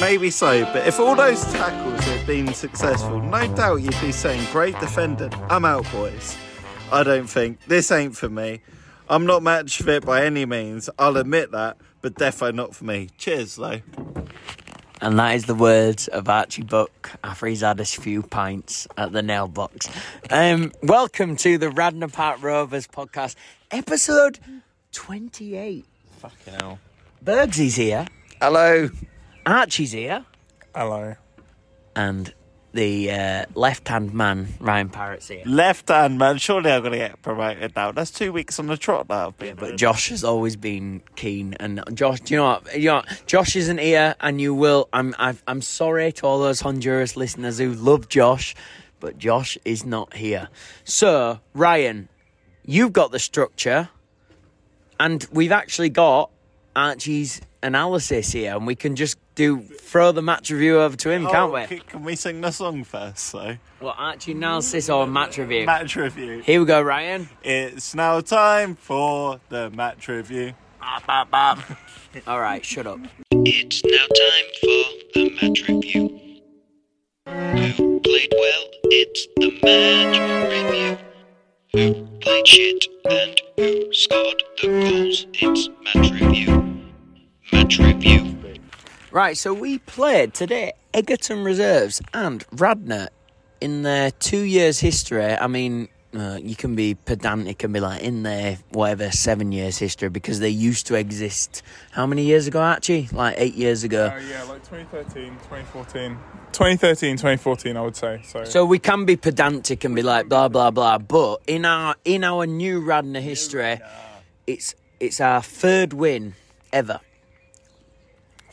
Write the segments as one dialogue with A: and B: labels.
A: Maybe so, but if all those tackles had been successful, no doubt you'd be saying, great defender, I'm out, boys. I don't think. This ain't for me. I'm not match fit by any means, I'll admit that, but defo not for me. Cheers, though.
B: And that is the words of Archie Buck after he's had his few pints at the nail box. Um, welcome to the Radnor Park Rovers podcast, episode 28.
C: Fucking hell.
B: Bergsy's here,
C: Hello.
B: Archie's here,
C: Hello.
B: and the uh, left hand man, Ryan Parrott's here.
A: Left hand, man. Surely I'm going to get promoted now. That's two weeks on the trot now. Yeah,
B: But Josh has always been keen, and Josh, do you know what? You know, what? Josh isn't here, and you will. I'm, I've, I'm sorry to all those Honduras listeners who love Josh, but Josh is not here. So Ryan, you've got the structure, and we've actually got Archie's analysis here, and we can just do throw the match review over to him, can't we?
A: Oh, Can, can we sing the song first, so?
B: Well, Archie analysis or match review?
A: Match review.
B: Here we go, Ryan.
A: It's now time for the match review.
B: All right, shut up.
D: It's now time for the match review. Who played well? It's the match review. Who played shit and who scored the goals? It's match review. Match review.
B: Right, so we played today Egerton Reserves and Radnor in their two years' history. I mean, uh, you can be pedantic and be like in their whatever seven years' history because they used to exist how many years ago, Archie? Like eight years ago.
E: Uh, yeah, like 2013, 2014. 2013, 2014, I would say. So,
B: So we can be pedantic and be like blah blah blah, but in our in our new Radnor history, it's it's our third win ever.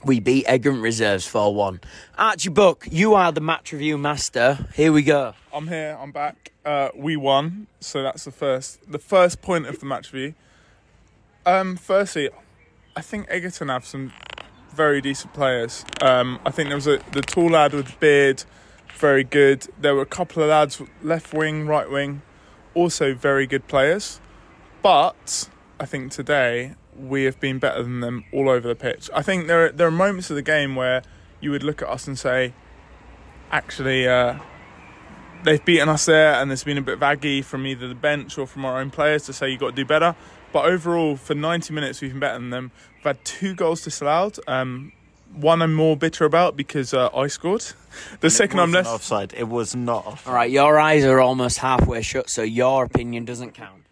B: We beat Egerton Reserves four one. Archie Buck, you are the match review master. Here we go.
E: I'm here, I'm back. Uh, we won, so that's the first the first point of the match view. Um, firstly, I think Egerton have some very decent players. Um, I think there was a the tall lad with the beard, very good. There were a couple of lads left wing, right wing, also very good players. But I think today we have been better than them all over the pitch. I think there are, there are moments of the game where you would look at us and say, actually, uh, they've beaten us there, and there's been a bit of aggie from either the bench or from our own players to say you've got to do better. But overall, for 90 minutes, we've been better than them. We've had two goals disallowed. Um, one I'm more bitter about because uh, I scored. The second I'm
A: Wasn't
E: less.
A: offside. It was not offside.
B: All right, your eyes are almost halfway shut, so your opinion doesn't count.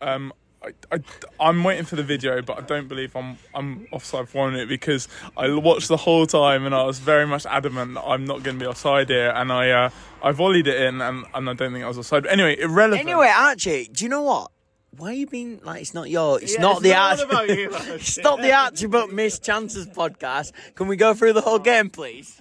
E: Um, I, I, I'm waiting for the video, but I don't believe I'm I'm offside for one minute because I watched the whole time and I was very much adamant that I'm not going to be offside here, and I uh, I volleyed it in, and, and I don't think I was offside. But anyway, irrelevant.
B: Anyway, Archie, do you know what? Why are you being like it's not your, it's not the Archie, it's not the Archie but missed chances podcast. Can we go through the whole game, please?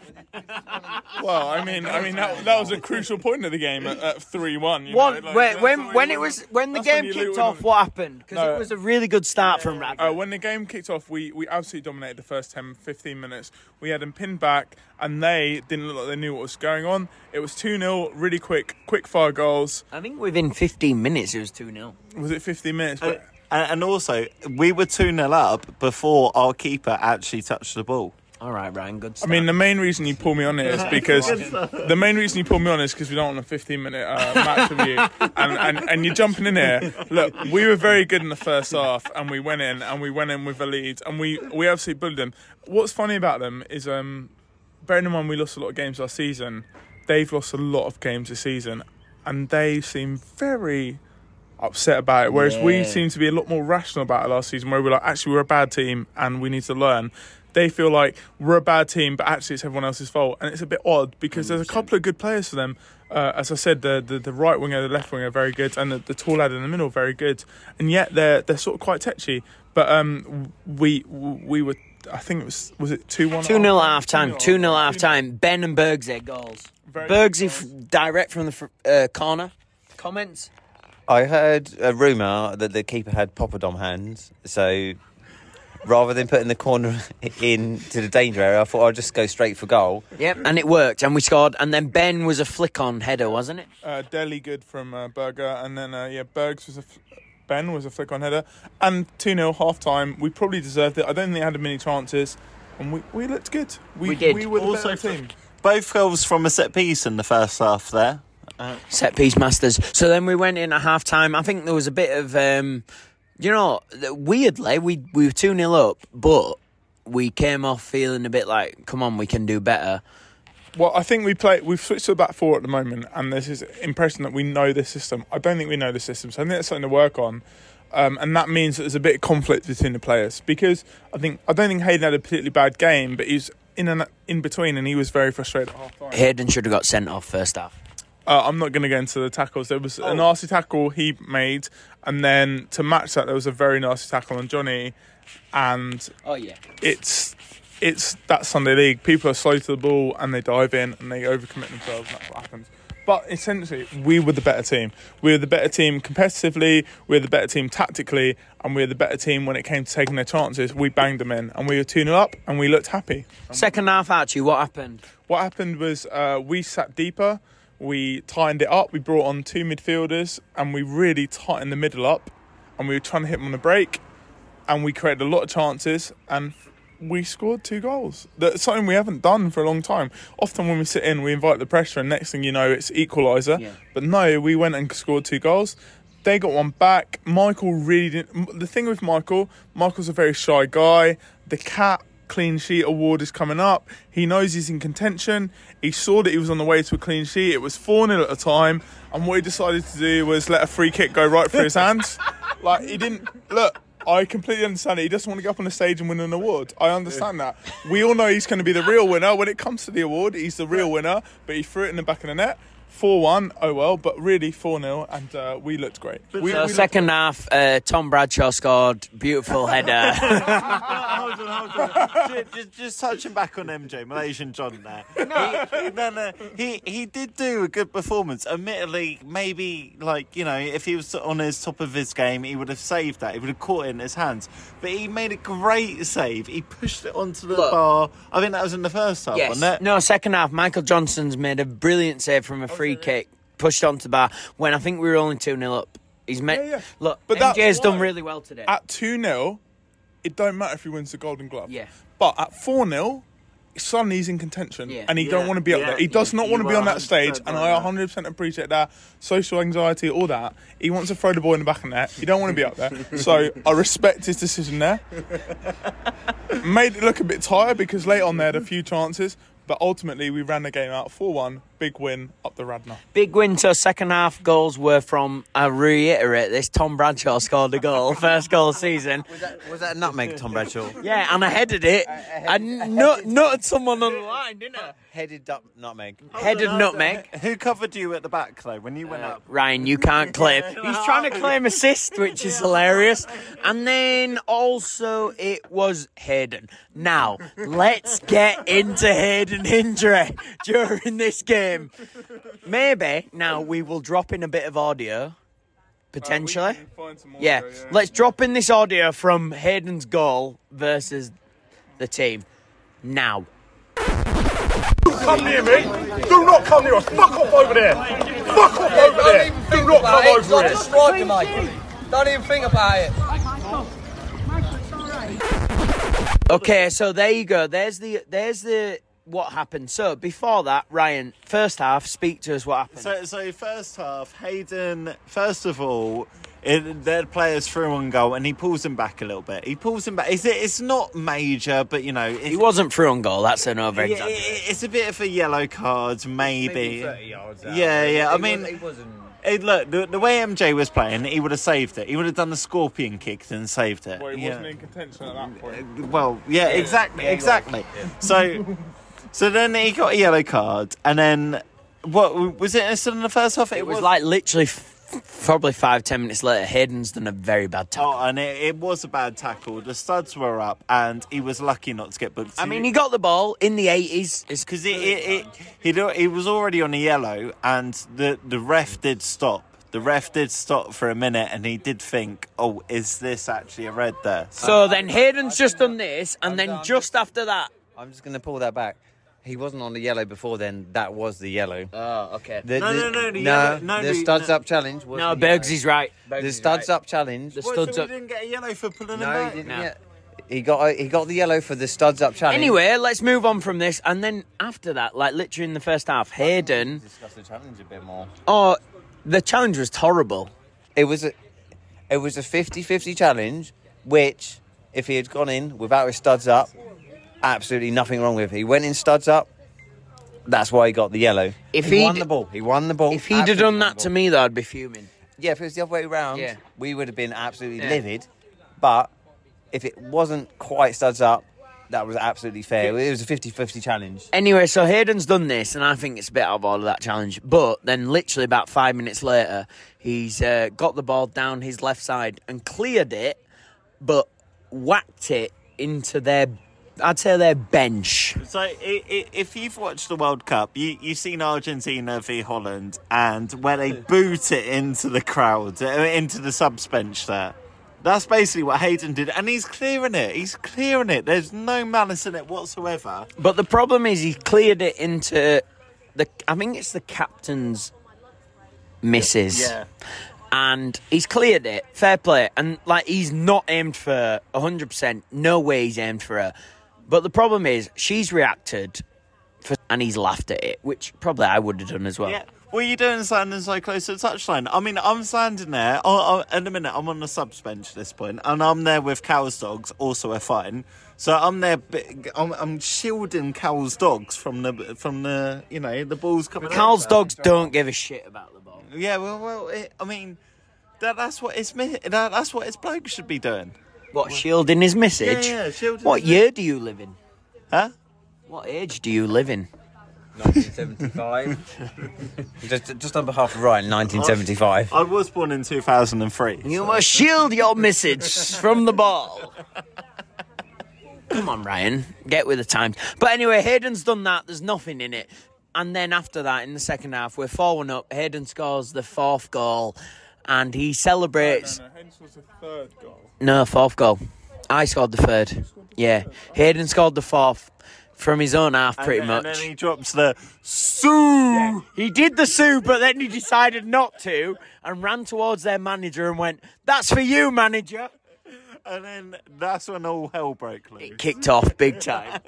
E: Well, I mean, I mean that, that was a crucial point of the game at three one.
B: One, when when, when it was when the
E: that's when
B: game
E: you
B: kicked
E: lose.
B: off, what happened? Because
E: No.
B: it was a really good start from Radford.
E: Uh, when the game kicked off, we, we absolutely dominated the first 10, 15 minutes. We had them pinned back, and they didn't look like they knew what was going on. It was 2 0, really quick, quick fire goals.
B: I think within 15 minutes it was two 0
E: Was it 15 minutes?
A: And,
E: But
A: and also, we were 2 0 up before our keeper actually touched the ball.
B: All right, Ryan, good.
E: I
B: Start.
E: mean, the main reason you pull me on it is because the main reason you pull me on is because we don't want a 15 minute uh, match with you, and, and and you're jumping in here. Look, we were very good in the first half, and we went in and we went in with a lead, and we we absolutely bullied them. What's funny about them is, um, bearing in mind we lost a lot of games last season, they've lost a lot of games this season, and they seem very upset about it. Whereas we
B: Yeah.
E: seem to be a lot more rational about it last season, where we're like, actually, we're a bad team and we need to learn. They feel like we're a bad team, but actually, it's everyone else's fault, and it's a bit odd because there's a couple of good players for them. Uh, as I said, the, the the right winger, the left winger, are very good, and the, the tall lad in the middle, very good, and yet they're they're sort of quite tetchy. But um, we we were, I think it was was it oh, two one
B: Two 0 half time. Two 0 half time. Ben and Bergsey goals.
E: Very
B: Bergsey
E: good
B: f- direct from the fr- uh, corner. Comments.
F: I heard a rumour that the keeper had poppadom hands, so rather than putting the corner in to the danger area, I thought I'd just go straight for goal.
B: Yep, and it worked, and we scored. And then Ben was a flick on header, wasn't it?
E: uh, Deli good from uh, Berger, and then uh, yeah, Bergs was a f- Ben was a flick on header, and two 0 half time. We probably deserved it. I don't think they had many chances. and we, we looked good. We,
B: We did.
E: We were the
A: Also
E: better
A: for-
E: team.
A: Both goals from a set piece in the first half there.
B: set piece masters. So then we went in at half time. I think there was a bit of, um, you know, th- weirdly, we, we were 2 0 up, but we came off feeling a bit like, come on, we can do better.
E: Well, I think we play. We've switched to a back four at the moment, and there's this impression that we know this system. I don't think we know the system, so I think that's something to work on. Um, and that means that there's a bit of conflict between the players because I think I don't think Hayden had a particularly bad game, but he's in and in between, and he was very frustrated at half time.
B: Hayden should have got sent off first half.
E: Uh, I'm not going to go into the tackles. There was a nasty tackle he made, and then to match that, there was a very nasty tackle on Johnny, and
B: Oh, yeah.
E: it's it's that Sunday league. People are slow to the ball and they dive in and they overcommit themselves. And that's what happens. But essentially, we were the better team. We were the better team competitively. We were the better team tactically, and we were the better team when it came to taking their chances. We banged them in, and we were 2 0 up, and we looked happy.
B: Second half, Archie, what happened?
E: What happened was uh, we sat deeper, we tightened it up, we brought on two midfielders, and we really tightened the middle up, and we were trying to hit them on the break, and we created a lot of chances, and we scored two goals. That's something we haven't done for a long time. Often when we sit in, we invite the pressure, and next thing you know, it's equaliser.
B: Yeah.
E: But no, we went and scored two goals. They got one back. Michael really didn't. The thing with Michael, Michael's a very shy guy. The cat clean sheet award is coming up. He knows he's in contention. He saw that he was on the way to a clean sheet. It was 4 0 at the time. And what he decided to do was let a free kick go right through his hands. like, he didn't. Look. I completely understand it. He doesn't want to get up on the stage and win an award. I understand that. We all know he's going to be the real winner. When it comes to the award, he's the real winner, but he threw it in the back of the net. 4 1, oh well, but really 4 0, and uh, we looked great. We, we
B: So
E: looked-
B: second half, uh, Tom Bradshaw scored beautiful header.
A: Ah, hold on, hold on. Ju- just, just touching back on MJ, Malaysian John there. He, no, no, he he did do a good performance. Admittedly, maybe like you know, if he was on his top of his game, he would have saved that. He would have caught it in his hands. But he made a great save. He pushed it onto the
B: Look.
A: bar. I think that was in the first half, wasn't it?
B: No, second half, Michael Johnson's made a brilliant save from a free kick, pushed onto the bar when I think we were only 2 0 up. He's made.
E: Yeah, yeah.
B: Look,
E: But that's
B: MJ's done
E: why-
B: really well today.
E: at 2 0, it don't matter if he wins the Golden Glove.
B: Yeah.
E: But at 4 0, suddenly he's in contention
B: Yeah.
E: and he
A: Yeah,
E: don't want to be up
A: yeah,
E: there. He does
A: yeah.
E: not want
A: You
E: to be on
A: are
E: that stage
A: 100%
E: and
A: right
E: I
A: there.
E: 100% appreciate that. Social anxiety, all that. He wants to throw the ball in the back of the net. He don't want to be up there. So I respect his decision there. Made it look a bit tired because late on they had a few chances. But ultimately, we ran the game out 4 1, big win up the Radnor.
B: Big win. So second half goals were from. I reiterate this: Tom Bradshaw scored a goal, first goal of season.
F: Was that a nutmeg, Tom Bradshaw?
B: Yeah, and I headed it. I nut, nutted someone on the line, didn't I?
F: Headed up nutmeg.
B: Headed nutmeg.
A: Who covered you at the back though when you
F: Uh,
A: went up?
B: Ryan, you can't claim. He's trying to claim assist, which is hilarious. And then also it was Hayden. Now, let's get into Hayden Hindre during this game. Maybe now we will drop in a bit of audio, potentially. yeah. let's drop in this audio from Hayden's goal versus the team now.
G: come near me. Do not come near us. Fuck off over there. Fuck off over there. Do not come
H: It's
G: over
H: not
G: here.
H: a striker, mate. Don't even think about it.
B: Okay, so there you go. There's the there's the what happened. So before that, Ryan, first half, speak to us what happened.
A: So, so first half, Hayden. First of all, it, their players through on goal, and he pulls them back a little bit. He pulls them back. It's, it's not major, but you know, it's,
B: he wasn't through on goal. That's an over
A: Yeah,
B: example.
A: it- it's a bit of a yellow card, maybe. yeah, yeah. I mean, Hey, look, the, the way MJ was playing, he would have saved it. He would have done the scorpion kick and saved it.
E: Well, he
A: Yeah. Mm, eh,
E: wasn't in contention at that point.
A: Well, yeah, exactly, exactly. So, so then he got a yellow card, and then what was it? Still in the first half,
B: It was like literally f- probably five ten minutes later. Hayden's done a very bad tackle.
A: Oh, and it, it was a bad tackle. The studs were up, and he was lucky not to get booked.
B: Oh, I mean, he got the ball in the eighties. It's
A: because it, it, it he do- he was already on a yellow, and the the ref did stop. The ref did stop for a minute, and he did think, "Oh, is this actually a red there?"
B: so then Hayden's just done this, and then
F: done.
B: just after that.
F: I'm just going to pull that back. He wasn't on the yellow before then. That was the yellow.
B: Oh, okay.
F: The,
A: No,
F: the-
A: no, no, the yellow- no,
F: the
A: the-
F: studs
A: no.
F: up challenge. Was
B: no,
F: the yellow.
B: Bergs is right. Bergs
F: The
B: is
F: studs
B: right.
F: up challenge.
B: The
A: What,
B: studs
A: so
B: up.
A: he didn't get a yellow for pulling him
F: No,
A: back.
F: he didn't
B: No.
F: get. He got he got the yellow for the studs up challenge.
B: Anyway, let's move on from this. And then after that, like literally in the first half, Hayden.
F: discuss the challenge a bit more.
B: Oh, the challenge was horrible.
F: It was a it was a 50-50 challenge, which if he had gone in without his studs up, absolutely nothing wrong with. it. He went in studs up. That's why he got the yellow.
B: If
F: he
B: he'd-
F: won the ball, he won the ball.
B: If he'd have
F: Absolutely
B: done
F: won the
B: that to
F: ball.
B: me, though, I'd be fuming.
F: Yeah, if it was the other way around,
B: Yeah.
F: we would have been absolutely
B: Yeah.
F: livid. But if it wasn't quite studs up, that was absolutely fair. It was a 50-50 challenge.
B: Anyway, so Hayden's done this, and I think it's a bit out of order that challenge. But then, literally about five minutes later, he's uh, got the ball down his left side and cleared it, but whacked it into their, I'd say their bench.
A: So, i i if you've watched the World Cup, you, you've seen Argentina v Holland, and where they boot it into the crowd, uh, into the subs bench there. That's basically what Hayden did, and he's clearing it. He's clearing it. There's no malice in it whatsoever.
B: But the problem is, he cleared it into the. I think it's the captain's misses. and he's cleared it. Fair play. And like he's not aimed for hundred percent. No way he's aimed for her. But the problem is she's reacted for and he's laughed at it, which probably I would have done as well.
A: Yeah. What are you doing standing so close to the touchline? I mean, I'm standing there. Oh, oh, in a minute, I'm on the subs bench at this point, and I'm there with Cow's dogs, also a fine. So I'm there. bi- I'm, I'm shielding Cow's dogs from the from the you know the balls coming.
B: Carl's
A: over.
B: dogs don't give a shit about the ball.
A: Yeah. Well, well. It, I mean, that that's what it's mi- that, that's what his bloke should be doing.
B: What shielding his message?
A: Yeah, yeah, shielding
B: what
A: his
B: year do you live in?
A: Huh?
B: What age do you live in?
F: 1975. just, just on behalf of Ryan, 1975.
A: I was born in 2003.
B: You must shield your message from the ball. Come on, Ryan. Get with the times. But anyway, Hayden's done that. There's nothing in it. And then after that, in the second half, we're 4 1 up. Hayden scores the fourth goal and he celebrates.
E: No, no, Hayden was the third goal.
B: No, fourth goal. I scored the third. Yeah. Hayden scored the fourth from his own half,
A: And
B: pretty
A: then-
B: much.
A: And then he drops the Sue.
B: He did the sue, but then he decided not to and ran towards their manager and went, That's for you, manager.
A: And then that's when all hell broke loose.
B: Kicked off big time.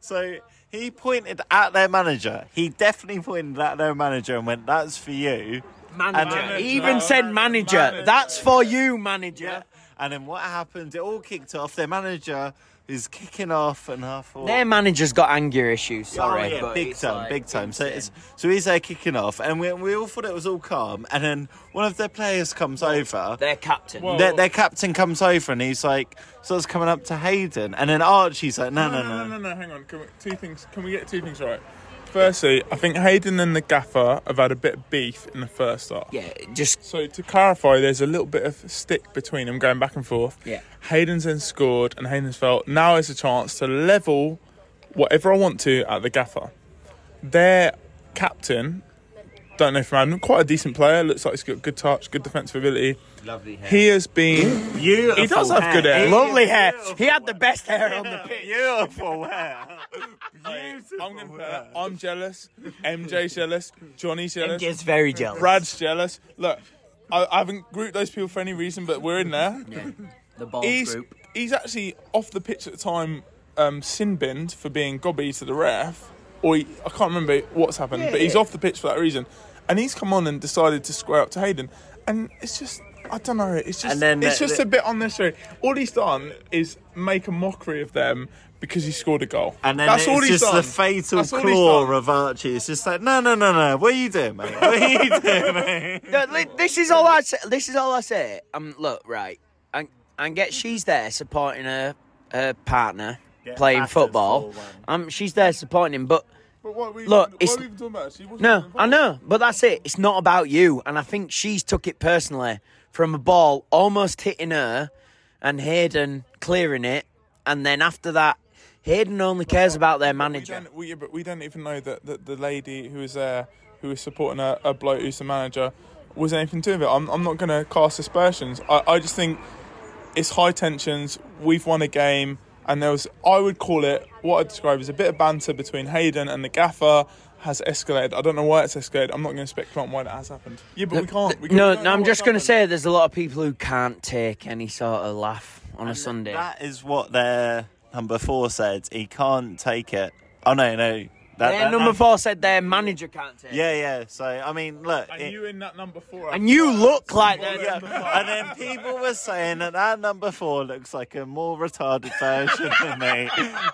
A: So he pointed at their manager. He definitely pointed at their manager and went, "That's for you."
B: Manager.
A: Manager.
B: He even said manager. That's for you, manager.
A: And then what happened? It all kicked off. Their manager is kicking off, and I thought,
B: Their manager's got anger issues.
A: Oh,
B: Sorry,
A: yeah,
B: but
A: big
B: it's
A: time,
B: like
A: big time. So
B: insane.
A: it's so he's there kicking off, and we we all thought it was all calm. And then one of their players comes over.
B: their captain.
E: Well-
A: Their, their captain comes over and he's like, starts coming up to Hayden, and then Archie's like, no,
E: No,
A: no,
E: no, no, no, no. Hang on. Can we, two things. Can we get two things right? Firstly, I think Hayden and the gaffer have had a bit of beef in the first half.
B: yeah, just
E: So to clarify, there's a little bit of stick between them going back and forth.
B: Yeah.
E: Hayden's then scored, and Hayden's felt now is a chance to level whatever I want to at the gaffer. Their captain, don't know if I'm quite a decent player. Looks like he's got good touch, good defensive ability. Lovely hair. He has been.
A: Beautiful
E: he does have good hair.
B: lovely hair. He had the best hair on the pitch.
A: Beautiful hair. Beautiful
E: I'm, gonna put that. I'm jealous. MJ's jealous. Johnny's jealous.
B: Gets very jealous.
E: Brad's jealous. Look, I, I haven't grouped those people for any reason, but we're in there.
B: the ball
E: he's
B: group.
E: he's actually off the pitch at the time, um, sin binned for being gobby to the ref, or he, I can't remember what's happened, but he's off the pitch for that reason, and he's come on and decided to square up to Hayden, and it's just. I don't know. It's just
A: And then
E: it's
A: the-
E: just
A: the-
E: a bit unnecessary. All he's done is make a mockery of them because he scored a goal.
A: And then
E: that's
A: it's
E: all he's
A: just
E: done.
A: the fatal
E: That's all he's
A: claw
E: done.
A: of Archie. It's just like, no, no, no, no. What are you doing, mate? What are you doing, mate?
B: No, li- this is all I say. This is all I say. Um, look, right, and and get she's there supporting her her partner
A: Get
B: playing
A: battered
B: football.
A: 4-1.
B: Um, she's there supporting him, but
E: But what we,
B: Look,
E: what
B: it's-
E: we even talking about? She wasn't
B: No,
E: involved.
B: I know, but that's it. It's not about you, and I think she's took it personally from a ball almost hitting her, and Hayden clearing it, and then after that, Hayden only cares about their
E: We
B: manager.
E: don't, we, yeah, but we don't even know that, that the lady who was there, who was supporting a, a bloke who's the manager, was anything to do with it. I'm, I'm not going to cast aspersions. I, I just think it's high tensions. We've won a game, and there was, I would call it, what I'd describe as a bit of banter between Hayden and the gaffer has escalated. I don't know why it's escalated. I'm not going to speculate on why that has happened. Yeah, but we can't.
B: No,
E: We can't- we don't
B: no,
E: know
B: I'm
E: what's
B: just going to
E: happened.
B: say there's a lot of people who can't take any sort of laugh on a Sunday.
I: That is what their number four said. He can't take it. Oh no, no. That,
B: their
I: that-
B: number
I: that-
B: four said their manager can't take. it.
I: Yeah, yeah. So I mean, look.
E: And
I: it-
E: you in that number four.
B: And you look like that.
I: yeah. and then people were saying that that number four looks like a more retarded version of me.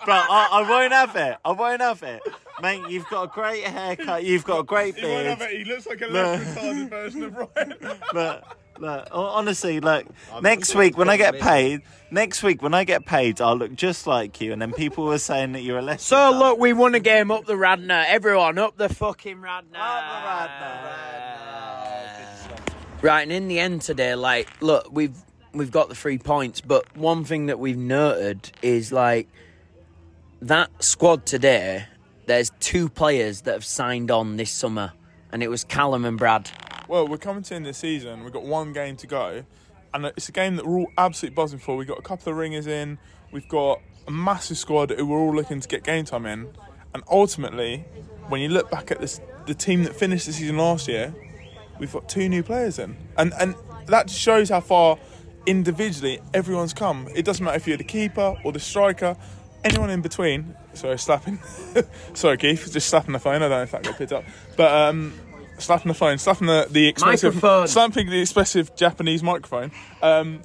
I: But I, I won't have it. I won't have it. Mate, you've got a great haircut. You've got a great
E: He, won't
I: beard.
E: have it. he looks like a less retarded version of Ryan.
I: Look, look. hon- Honestly, look. next week when I get paid, next week when I get paid, I'll look just like you. And then people were saying that you're a less.
B: So look, we won a game up the Radnor. Everyone up the fucking Radnor. Right, and in the end today, like, look, we've we've got the three points, but one thing that we've noted is like that squad today. There's two players that have signed on this summer, and it was Callum and Brad.
E: Well, we're coming to end this season. We've got one game to go, and it's a game that we're all absolutely buzzing for. We've got a couple of ringers in. We've got a massive squad who we're all looking to get game time in. And ultimately, when you look back at this, the team that finished the season last year, we've got two new players in, and and that just shows how far individually everyone's come. It doesn't matter if you're the keeper or the striker. Anyone in between, sorry, slapping. sorry, Keith, just slapping the phone. I don't know if that got picked up, but um, slapping the phone, slapping the, the expensive,
B: Microphone.
E: slapping the expensive Japanese microphone. Um,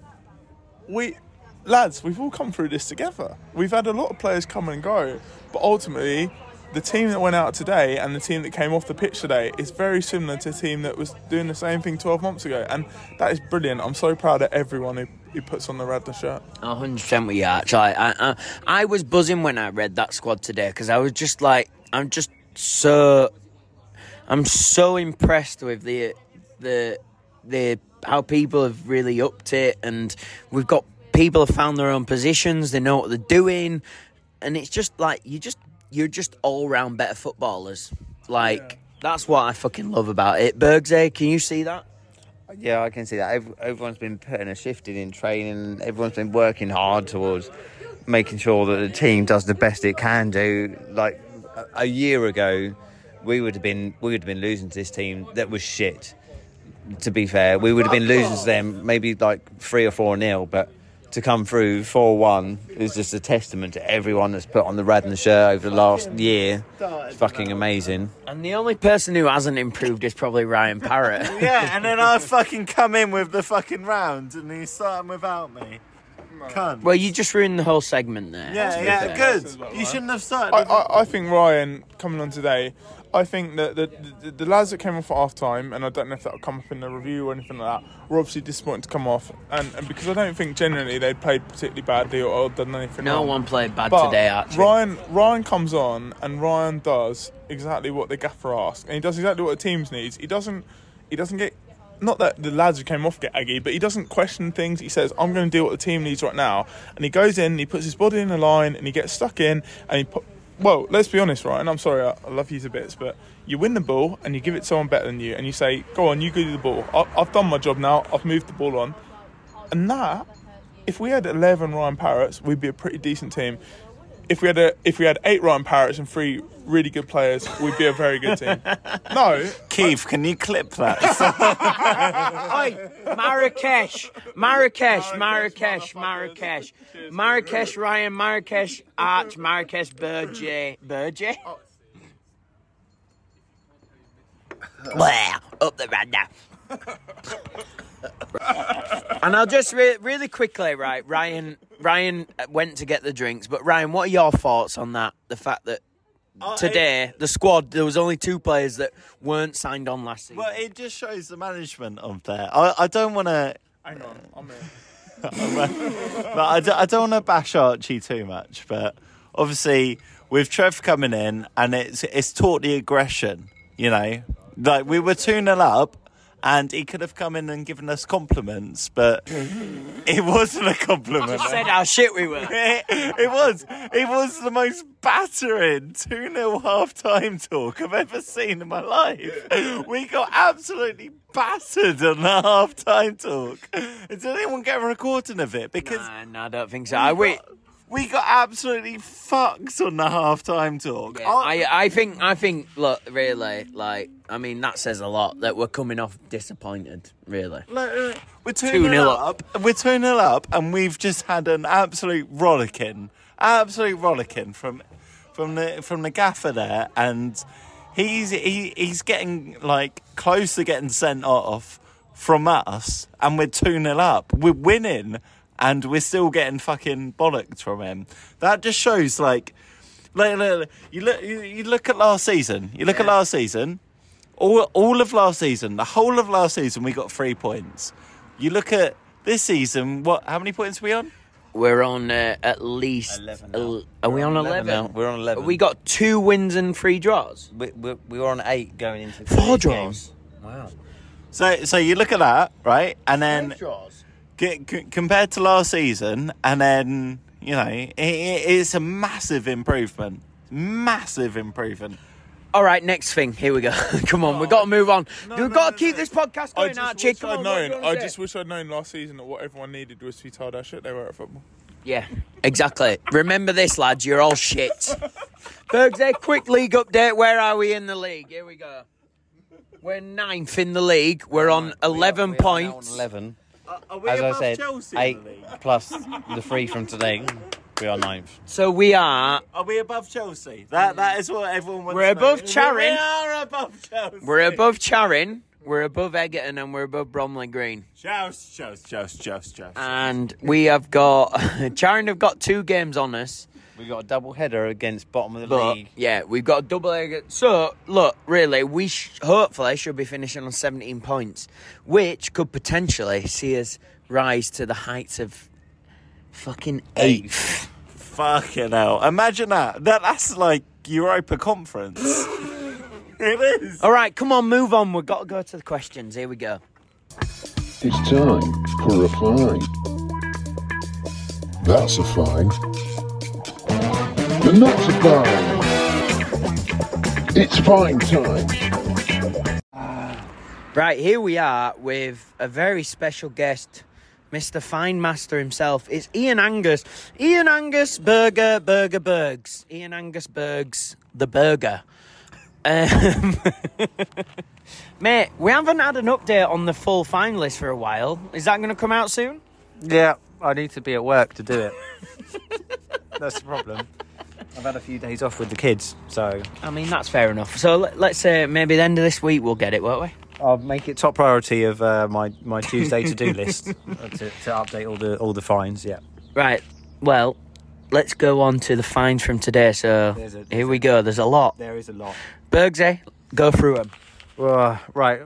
E: we, lads, we've all come through this together. We've had a lot of players come and go, but ultimately, the team that went out today and the team that came off the pitch today is very similar to the team that was doing the same thing 12 months ago, and that is brilliant. I'm so proud of everyone who, who puts on the Radler shirt.
B: A hundred percent with you. Actually, I, I I was buzzing when I read that squad today because I was just like, I'm just so, I'm so impressed with the the the how people have really upped it, and we've got people have found their own positions. They know what they're doing, and it's just like you just you're just all round better footballers. Like that's what I fucking love about it. Bergze, can you see that?
F: Yeah, I can see that. Ev- Everyone's been putting a shift in in training. Everyone's been working hard towards making sure that the team does the best it can do. Like a- a year ago, we would have been we would have been losing to this team that was shit. To be fair, we would have been losing to them maybe like three or four nil, but to come through four one is just a testament to everyone that's put on the Radnor shirt over the last year. It's fucking amazing.
B: And the only person who hasn't improved is probably Ryan Parrott.
A: Yeah, and then I fucking come in with the fucking round and he's starting without me. Cunt.
B: Well, you just ruined the whole segment there.
A: yeah, yeah, good. You shouldn't have started.
E: I, I, I think Ryan coming on today. I think that the, the, the lads that came off at half time, and I don't know if that'll come up in the review or anything like that, were obviously disappointed to come off. And, and because I don't think generally they played particularly badly or, or done anything
B: No
E: wrong.
B: one played bad
E: But
B: today, actually.
E: Ryan Ryan comes on and Ryan does exactly what the gaffer asks, and he does exactly what the teams needs. He doesn't he doesn't get not that the lads who came off get aggy, but he doesn't question things. He says, "I'm going to do what the team needs right now," and he goes in, and he puts his body in the line, and he gets stuck in, and he. Put, well, let's be honest, Ryan. I'm sorry, I, I love you to bits, but you win the ball and you give it to someone better than you, and you say, "Go on, you go do the ball. I, I've done my job now. I've moved the ball on." And that, if we had 11 Ryan Parrots, we'd be a pretty decent team. If we had a, if we had eight Ryan Parrots and three really good players, we'd be a very good team. No,
A: Keith, can you clip that?
B: Oi, Marrakesh, Marrakesh, Marrakesh, Marrakesh, Marrakesh, Ryan, Marrakesh, Arch, Marrakesh, Burgey, Burgey. Blah, up the radar. and I'll just re- really quickly, right? Ryan, Ryan went to get the drinks, but Ryan, what are your thoughts on that? The fact that today the squad there was only two players that weren't signed on last season.
A: well, it just shows the management of there. I, I don't want to
E: hang on, I'm here.
A: but I, d- I don't want to bash Archie too much. But obviously, with Trev coming in, and it's it's taught the aggression. You know, like we were two 0 up, and he could have come in and given us compliments, but it wasn't a compliment.
B: said how shit we were.
A: It, it was it was the most battering 2 0 half time talk I've ever seen in my life. We got absolutely battered on the half time talk. Did anyone get a recording of it? Because
B: Nah, nah, I don't think so. I wait.
A: We got absolutely fucked on the halftime talk.
B: Yeah, I, I think I think look really like I mean that says a lot that we're coming off disappointed really.
A: Like, uh, We're 2
B: Two
A: 0
B: nil
A: up. We're 2 0 up, and we've just had an absolute rollicking. Absolute rollicking from from the from the gaffer there. And he's he, he's getting like close to getting sent off from us, and we're 2 0 up. We're winning, and we're still getting fucking bollocked from him. That just shows like. Like, like, like, you look, you, you look at last season. You look at last season all, all of last season, the whole of last season, we got three points. You look at this season, what? How many points are we on?
B: We're on uh, at least 11 are we on 11?
J: now. We're on 11.
B: We got two wins and three draws.
J: we, we, we were on eight going into
B: Four
J: these
B: draws.
J: games.
B: Wow.
A: So, so you look at that, right? And then
B: draws.
A: c- c- compared to last season, and then you know, i i it's a massive improvement. Massive improvement.
B: All right, next thing. Here we go. Come on, we've got to move on. We've
A: no,
B: got to
A: no,
B: keep
A: no.
B: this podcast
E: I
B: going,
E: just
B: Archie.
E: wish
B: Come
E: I'd
B: on, what do you
E: known.
B: wanna
E: I
B: say?
E: just wish I'd known last season that what everyone needed was to be told how shit they were at football.
B: Yeah, exactly. Remember this, lads. You're all shit. Bergsay, quick league update. Where are we in the league? Here we go. We're ninth in the league. We're on eleven
J: We are now on
B: points.
J: 11.
A: Are we
J: As I said, eight plus the three from today. We are ninth.
B: So we are.
A: Are we above Chelsea? That that is what everyone wants.
B: We're
A: to know.
B: above Charing.
A: We are above Chelsea.
B: We're above Charing. We're above Egerton, and we're above Bromley Green.
A: Chelsea, Chelsea, Chelsea, Chelsea, Chelsea.
B: And we have got Charing have got two games on us.
J: We got a double header against bottom of the
B: But
J: league.
B: yeah, we've got a double egg. So look, really, we sh- hopefully should be finishing on 17 points, which could potentially see us rise to the heights of fucking eighth.
A: Fucking hell. Imagine that. that that's like Europa Conference. it is.
B: All right, come on, move on. We've got to go to the questions. Here we go.
D: It's time for a fine. That's a fine. And that's a fine. It's fine time.
B: Right, here we are with a very special guest, Mr. Fine Master himself. It's Ian Angus. Ian Angus Burger Burger Bergs. Ian Angus Bergs the Burger. Um, mate, we haven't had an update on the full fine list for a while. Is that going to come out soon?
F: Yeah, I need to be at work to do it. That's the problem. I've had a few days off with the kids, so
B: I mean, that's fair enough. So let, let's say maybe the end of this week we'll get it, won't we?
F: I'll make it top priority of uh, my my Tuesday to do list uh, to, to update all the all the fines. Yeah.
B: Right. Well, let's go on to the fines from today. So
F: There's a-
B: here we go. There's a lot.
F: There is a lot.
B: Bergsay, go through them.
F: Well, right.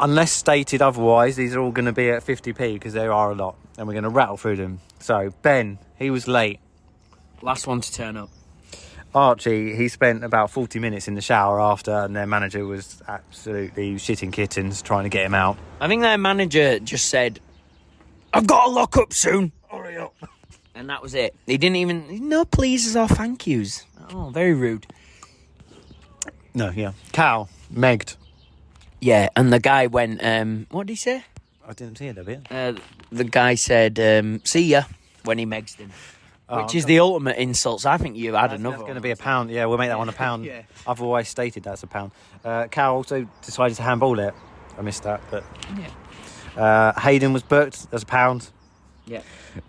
F: Unless stated otherwise, these are all going to be at 50p because there are a lot, and we're going to rattle through them. So Ben, he was late.
B: Last one to turn up.
F: Archie, he spent about 40 minutes in the shower after, and their manager was absolutely shitting kittens trying to get him out.
B: I think their manager just said, I've got to lock up soon. Hurry up. And that was it. They didn't even, no pleases or thank yous. Oh, very rude.
F: No, yeah. Cow, megged.
B: Yeah, and the guy went, um, what did he say?
F: I didn't see it a bit.
B: Uh, the guy said, um, see ya, when he megs him. Which is the ultimate insult. So I think you had another.
F: That's going to
B: one.
F: be a pound. Yeah, we'll make that one a pound.
B: Yeah.
F: I've always stated that's a pound. Uh, Cow also decided to handball it. I missed that, but. Uh, Hayden was booked as a pound.
B: Yeah.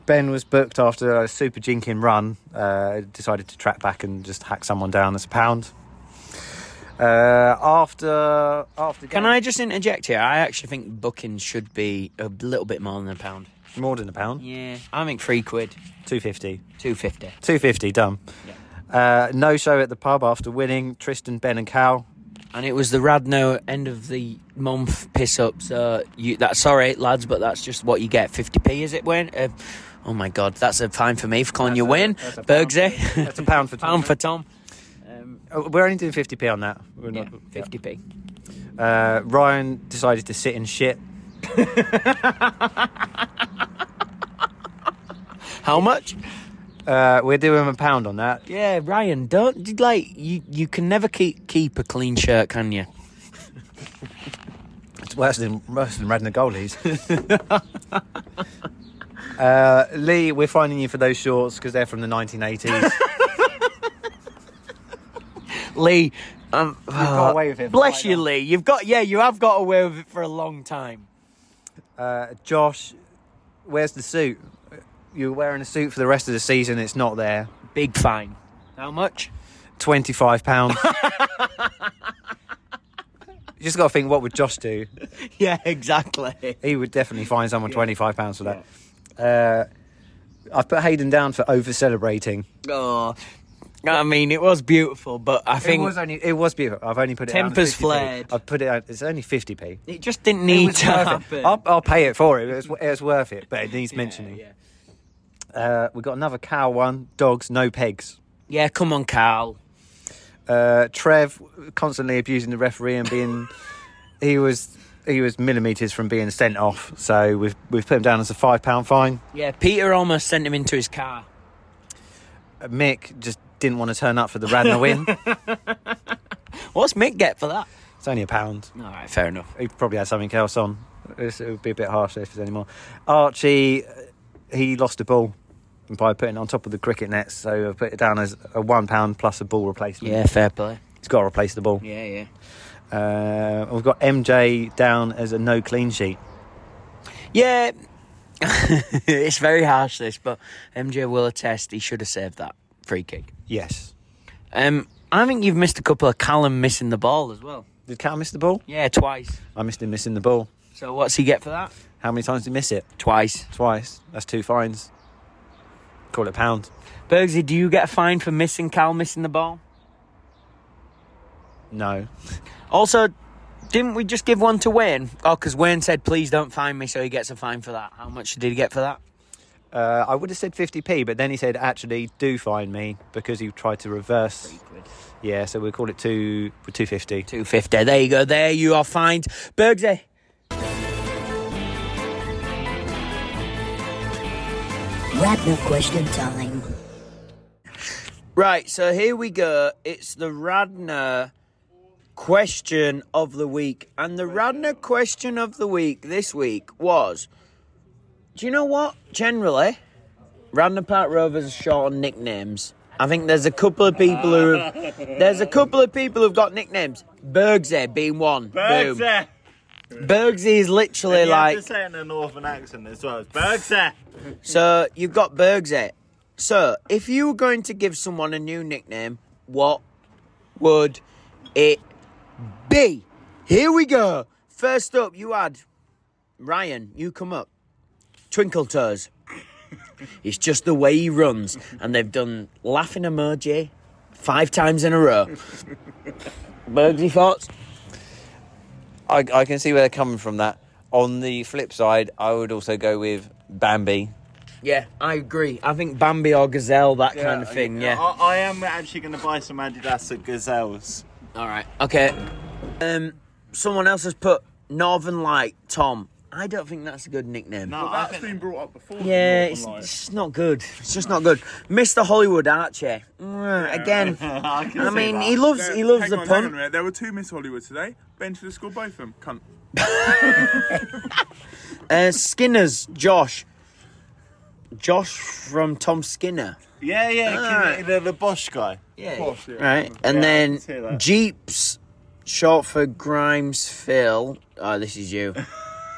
F: Ben was booked after a super jinking run. Uh, decided to track back and just hack someone down as a pound. Uh, after after
B: Can I just interject here? I actually think booking should be a little bit more than a pound.
F: more than a pound?
B: Yeah. I think three quid,
F: Two fifty.
B: 250.
F: Two fifty. Done. Uh, no show at the pub after winning. Tristan, Ben, and Cal.
B: and it was the Radno end of the month piss up. So you that sorry lads, but that's just what you get. Fifty p is it Wayne? Uh, oh my god, that's a fine for me for calling you Wayne Bergsy.
F: That's a pound for
B: Pound for Tom.
F: Oh, We're only doing fifty p on that. We're
B: Yeah,
F: not yeah.
B: fifty p.
F: Uh, Ryan decided to sit and shit.
B: How much?
F: Uh, we're doing a pound on that.
B: Yeah, Ryan, don't like you. You can never keep keep a clean shirt, can you?
F: It's worse than worse than Radnor goalies. Uh, Lee, we're finding you for those shorts because they're from the 1980s.
B: Lee, um, You've
F: got away with it for
B: Bless
F: quite
B: you, Lee. You've got yeah, you have got away with it for a long time.
F: Uh, Josh, where's the suit? You were wearing a suit for the rest of the season. It's not there.
B: Big fine. How much?
F: Twenty-five pounds. you just got to think, what would Josh do?
B: Yeah, exactly.
F: He would definitely find someone twenty-five pounds for that. Uh, I've put Hayden down for over celebrating.
B: Oh, I mean, it was beautiful, but I
F: It
B: think
F: was only it was beautiful. I've only put it down
B: Tempers
F: as 50p.
B: flared.
F: I've put it. Out, it's only fifty p.
B: it just didn't need to happen.
F: I'll, I'll pay it for it. It's, it's worth it, but it needs mentioning. Uh, we got another cow one. Dogs, no pegs.
B: Yeah, come on, Carl.
F: Uh, Trev constantly abusing the referee and being he was he was millimeters from being sent off. So we've we've put him down as a five pound fine.
B: Yeah, Peter almost sent him into his car.
F: Uh, Mick just didn't want to turn up for the Radnor win.
B: What's Mick get for that?
F: It's only a pound.
B: All right, fair enough.
F: He probably had something else on. It's, it would be a bit harsh if there's any more. Archie, uh, he lost a ball by putting it on top of the cricket nets. So I've put it down as a one pound plus a ball replacement.
B: Yeah, fair play.
F: He's got to replace the ball.
B: Yeah, yeah.
F: Uh, we've got MJ down as a no clean sheet.
B: Yeah. it's very harsh, this, but MJ will attest he should have saved that free kick.
F: Yes.
B: Um, I think you've missed a couple of Callum missing the ball as well.
F: Did Cal miss the ball?
B: Yeah, twice.
F: I missed him missing the ball.
B: So what's he get for that?
F: How many times did he miss it?
B: Twice.
F: Twice. That's two fines. Call it a pound.
B: Bergsy, do you get a fine for missing Cal missing the ball?
F: No.
B: Also, didn't we just give one to Wayne? Oh, because Wayne said, please don't fine me, so he gets a fine for that. How much did he get for that?
F: Uh, I would have said 50p, but then he said, actually, do fine me because he tried to reverse. Yeah, so we'll call it two, 250.
B: 250. There you go. There you are fined. Bergsy.
K: Radnor question time.
B: Right, so here we go. It's the Radner question of the week. And the Radner question of the week this week was Do you know what? Generally, Radnor Park Rovers are short on nicknames. I think there's a couple of people who have, there's a couple of people who've got nicknames. Bergsy being one. Boom.
A: Bergsy!
B: Bergsy is literally
A: And you
B: like
A: have to say it in a northern accent as well. It's Bergsy!
B: So you've got Bergsy. So if you were going to give someone a new nickname, what would it be? Here we go. First up, you had Ryan. You come up. Twinkle toes. it's just the way he runs, and they've done laughing emoji five times in a row. Bergsy thoughts?
L: I, I can see where they're coming from. That on the flip side, I would also go with Bambi.
B: Yeah, I agree. I think Bambi or Gazelle, that kind of thing. Yeah.
A: I, I am actually going to buy some Adidas at Gazelles.
B: All right. Okay. Um, someone else has put Northern Light Tom. I don't think that's a good nickname.
A: No,
E: Well,
A: I
E: that's been brought up before.
B: Yeah,
E: the
B: it's,
E: Northern Light.
B: it's just not good. It's just not good. Mr. Hollywood Archer. Mm, Again,
A: I, can
B: I
A: see
B: mean,
A: that.
B: he loves he
E: There-
B: loves
E: hang
B: the
E: on, hang on a
B: pun.
E: minute. There were two Miss Hollywood today. Ben should have scored both of them. Cunt.
B: Uh, Skinner's Josh. Josh from Tom Skinner.
A: Yeah, yeah,
B: Alright.
A: can- the, the Bosch guy.
B: Yeah.
E: Bosh, yeah.
B: Right,
A: Yeah, I
B: and
A: can see
B: then
A: that.
B: Jeeps, short for Grimes Phil. Oh, this is you,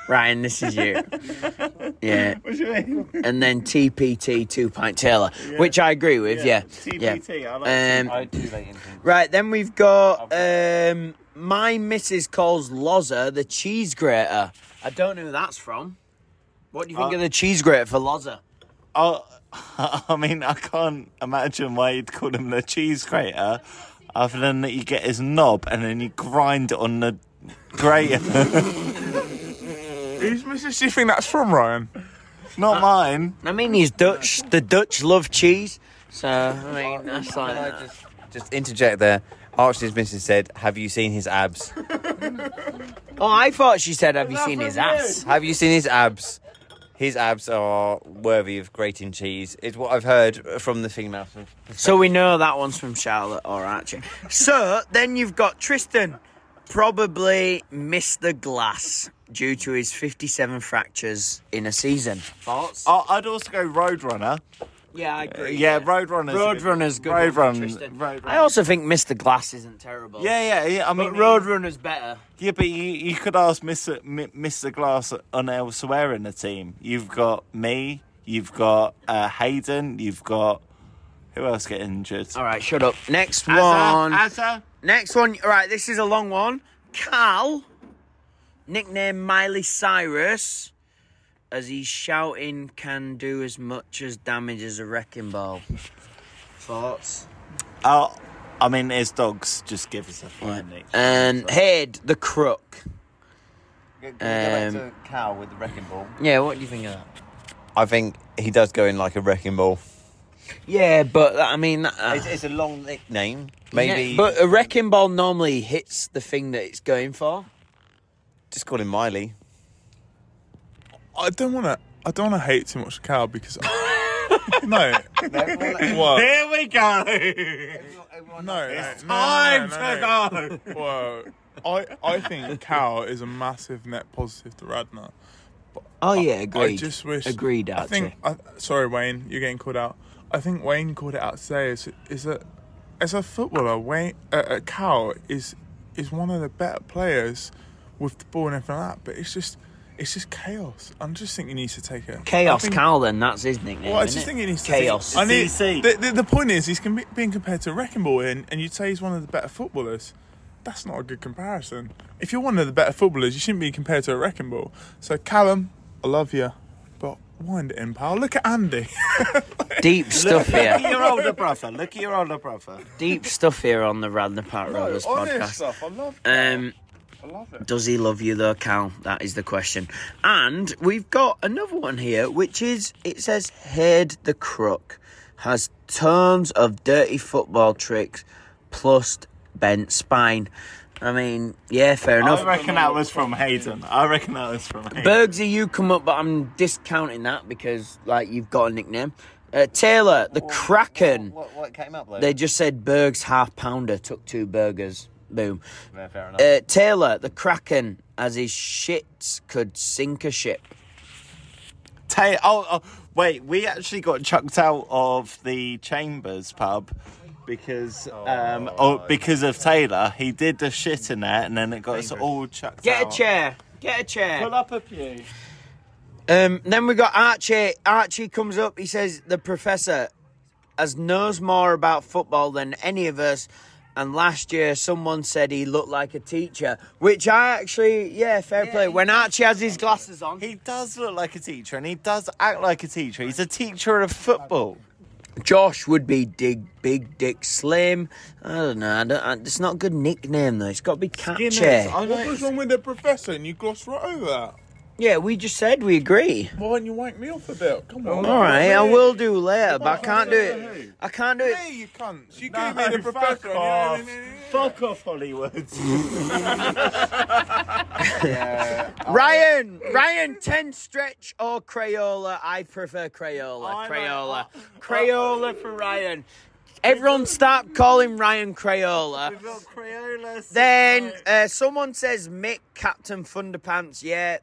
B: Ryan. This is you. Yeah.
A: What's your name?
B: and then TPT Two Pint Taylor, which I agree with. Yeah, yeah.
A: TPT, I like
B: Um,
L: I do late in
B: right, then we've got um, my missus calls Lozza the cheese grater. I don't know who that's from. What do you think
L: Uh,
B: of the cheese grater for Lozza?
A: Oh, I mean, I can't imagine why you'd call him the cheese grater, other than that you get his knob and then you grind it on the grater.
E: Who's Mrs. Do you think that's from Ryan?
A: Not mine.
B: I mean, he's Dutch. The Dutch love cheese, so I mean that's like.
L: I just, just interject there. Archie's missus said, "Have you seen his abs?
B: Oh, I thought she said, "Have you seen his ass?"
L: Have you seen his abs? His abs are worthy of grating cheese." Is what I've heard from the female.
B: So we know that one's from Charlotte or Archie. so then you've got Tristan. probably Mr. Glass due to his 57 fractures in a season. Thoughts?
A: Oh, I'd also go Roadrunner.
B: Yeah, I agree.
A: Yeah, Roadrunner's a good-
B: Roadrunner's good.
A: Roadrun-
B: one, Tristan.
A: Roadrunner.
B: I also think Mr. Glass isn't terrible.
A: Yeah, yeah, yeah. I mean,
B: but Roadrunner's better.
A: Yeah, but you, you could ask Mr. M- Mr. Glass on elsewhere in the team. You've got me, you've got uh, Hayden, you've got who else get injured?
B: All right, shut up. Next one.
A: Azza.
B: Next one. All right, this is a long one. Carl, nicknamed Miley Cyrus, as he's shouting, can do as much as damage as a wrecking ball. Thoughts?
A: Oh, I mean, it's dogs. Just give us a fine nick.
B: And Head, the crook. Um,
F: back to Cow with the wrecking ball.
B: yeah, what do you think of that?
F: I think he does go in like a wrecking ball.
B: Yeah, but I mean, uh,
F: It's, it's a long nickname. Maybe
B: Yeah, but a wrecking ball normally hits the thing that it's going for.
F: just call him Miley.
E: I don't want to. I don't want to hate too much Cal because. no. What?
A: Here we go.
E: No, no,
A: It's
E: no,
A: time
E: no, no,
A: to
E: no. Whoa. I, I think Cal is a massive net positive to Radna.
B: Oh yeah,
E: I
B: agreed.
E: just wish.
B: Agreed,
E: I think. I, sorry, Wayne. You're getting called out. I think Wayne called it out today. Is is a as a footballer, Wayne uh, uh, Cal is is one of the better players with the ball and everything like that. But it's just it's just chaos. I just think he needs to take it.
B: Chaos
E: I think-
B: Carl, then that's his nickname.
E: Well, I
B: isn't it?
E: just think he needs to
B: chaos.
E: Take, I need, the, the, the point is, he's com- being compared to Wrecking Ball, and, and you'd say he's one of the better footballers. That's not a good comparison. If you're one of the better footballers, you shouldn't be compared to a Wrecking Ball. So, Callum, I love you, but wind it in, pal. Look at Andy.
B: Deep stuff
A: Look at
B: here.
A: your older brother. Look at your older brother.
B: Deep stuff here on the Radna Pat Rollers podcast.
E: stuff. I love
B: Um,
E: I love it.
B: does he love you though, Cal? That is the question. And we've got another one here, which is it says Head the Crook has tons of dirty football tricks plus bent spine. I mean, yeah, fair enough.
A: I reckon that was from Hayden. I reckon that was from Hayden.
B: Bergsy, you come up, but I'm discounting that because like you've got a nickname. Uh, Taylor,
E: Oh,
B: the Kraken.
F: What, what came up though?
B: They just said Berg's half pounder took two burgers. Boom.
F: Yeah, fair enough.
B: Uh, Taylor, the Kraken, as his shits could sink a ship.
A: Ta- oh, oh, wait, we actually got chucked out of the Chambers pub because um, oh, because of Taylor. He did the shit in there, and then it got us all chucked out.
B: Get a chair. Get a chair.
A: Pull up a pew.
B: Um, then we got Archie. Archie comes up. He says, "The professor has knows more about football than any of us." And last year, someone said he looked like a teacher, which I actually, yeah, fair play. When Archie has his glasses on,
A: He does look like a teacher, and he does act like a teacher. He's a teacher of football.
B: Josh would be Dig Big Dick Slim. I don't know. I don't, I, it's not a good nickname though. It's got to be
A: Guinness,
B: Catcher.
A: I
E: What
A: know
E: was
A: it's-
E: wrong with the professor? And you glossed right over that.
B: Yeah, we just said we agree.
E: Why don't you wank me off a bit? Come on.
B: All right, I will do later, but I can't do it. I can't do it.
E: Hey, you cunts. You
A: No,
E: gave me the
A: fuck
E: professor.
A: off.
E: and you-
A: Fuck off, Hollywood.
B: Ryan, Ryan, ten stretch or Crayola? I prefer Crayola.
A: I like-
B: Crayola, Crayola for Ryan. Everyone, stop calling Ryan Crayola. Then uh, someone says Mick Captain Thunderpants. Yeah.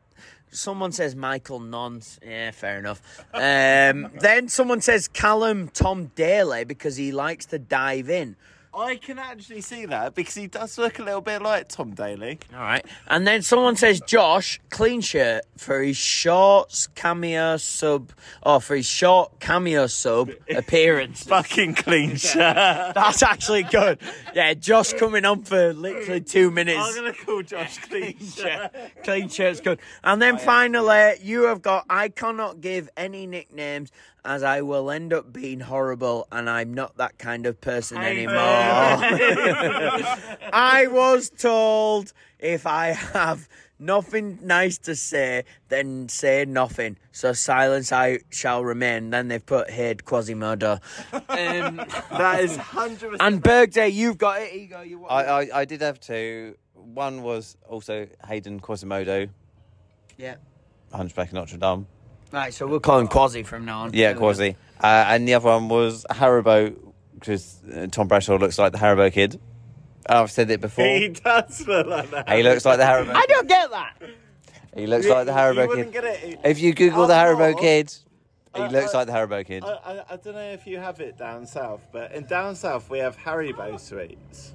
B: Someone says Michael Nonce. Yeah, fair enough. Um, then someone says Callum Tom Daly because he likes to dive in.
A: I can actually see that because he does look a little bit like Tom Daly.
B: All right. And then someone says Josh clean shirt for his shorts cameo sub or for his short cameo sub appearance.
A: Fucking clean shirt.
B: That's actually good. Yeah, Josh coming on for literally two
A: I'm
B: minutes.
A: gonna call Josh clean shirt.
B: Clean shirt's good. And then finally, you have got I cannot give any nicknames as I will end up being horrible and I'm not that kind of person anymore. I was told if I have nothing nice to say, then say nothing. So silence I shall remain. Then they've put head Quasimodo. Um,
A: That is hundred percent.
B: and Bergday, you've got it. Ego, you want
F: I, I, I did have two. One was also Hayden Quasimodo,
B: Yeah.
F: Hunchback of Notre Dame.
B: Right, so we'll call him Quasi from now on.
F: Yeah, Quasi. Uh, and the other one was Haribo, because uh, Tom Bradshaw looks like the Haribo kid. I've said it before.
A: He does look like that.
F: He looks like the Haribo.
B: I don't get that.
F: He looks like the Haribo
A: wouldn't
F: kid.
A: get it. Uh,
F: If you Google the
A: I'm
F: Haribo
A: not.
F: kid, he
A: I-
F: looks
A: I-
F: like the Haribo kid.
A: I, I, I don't know if you have it down south, but in down south we have Haribo sweets.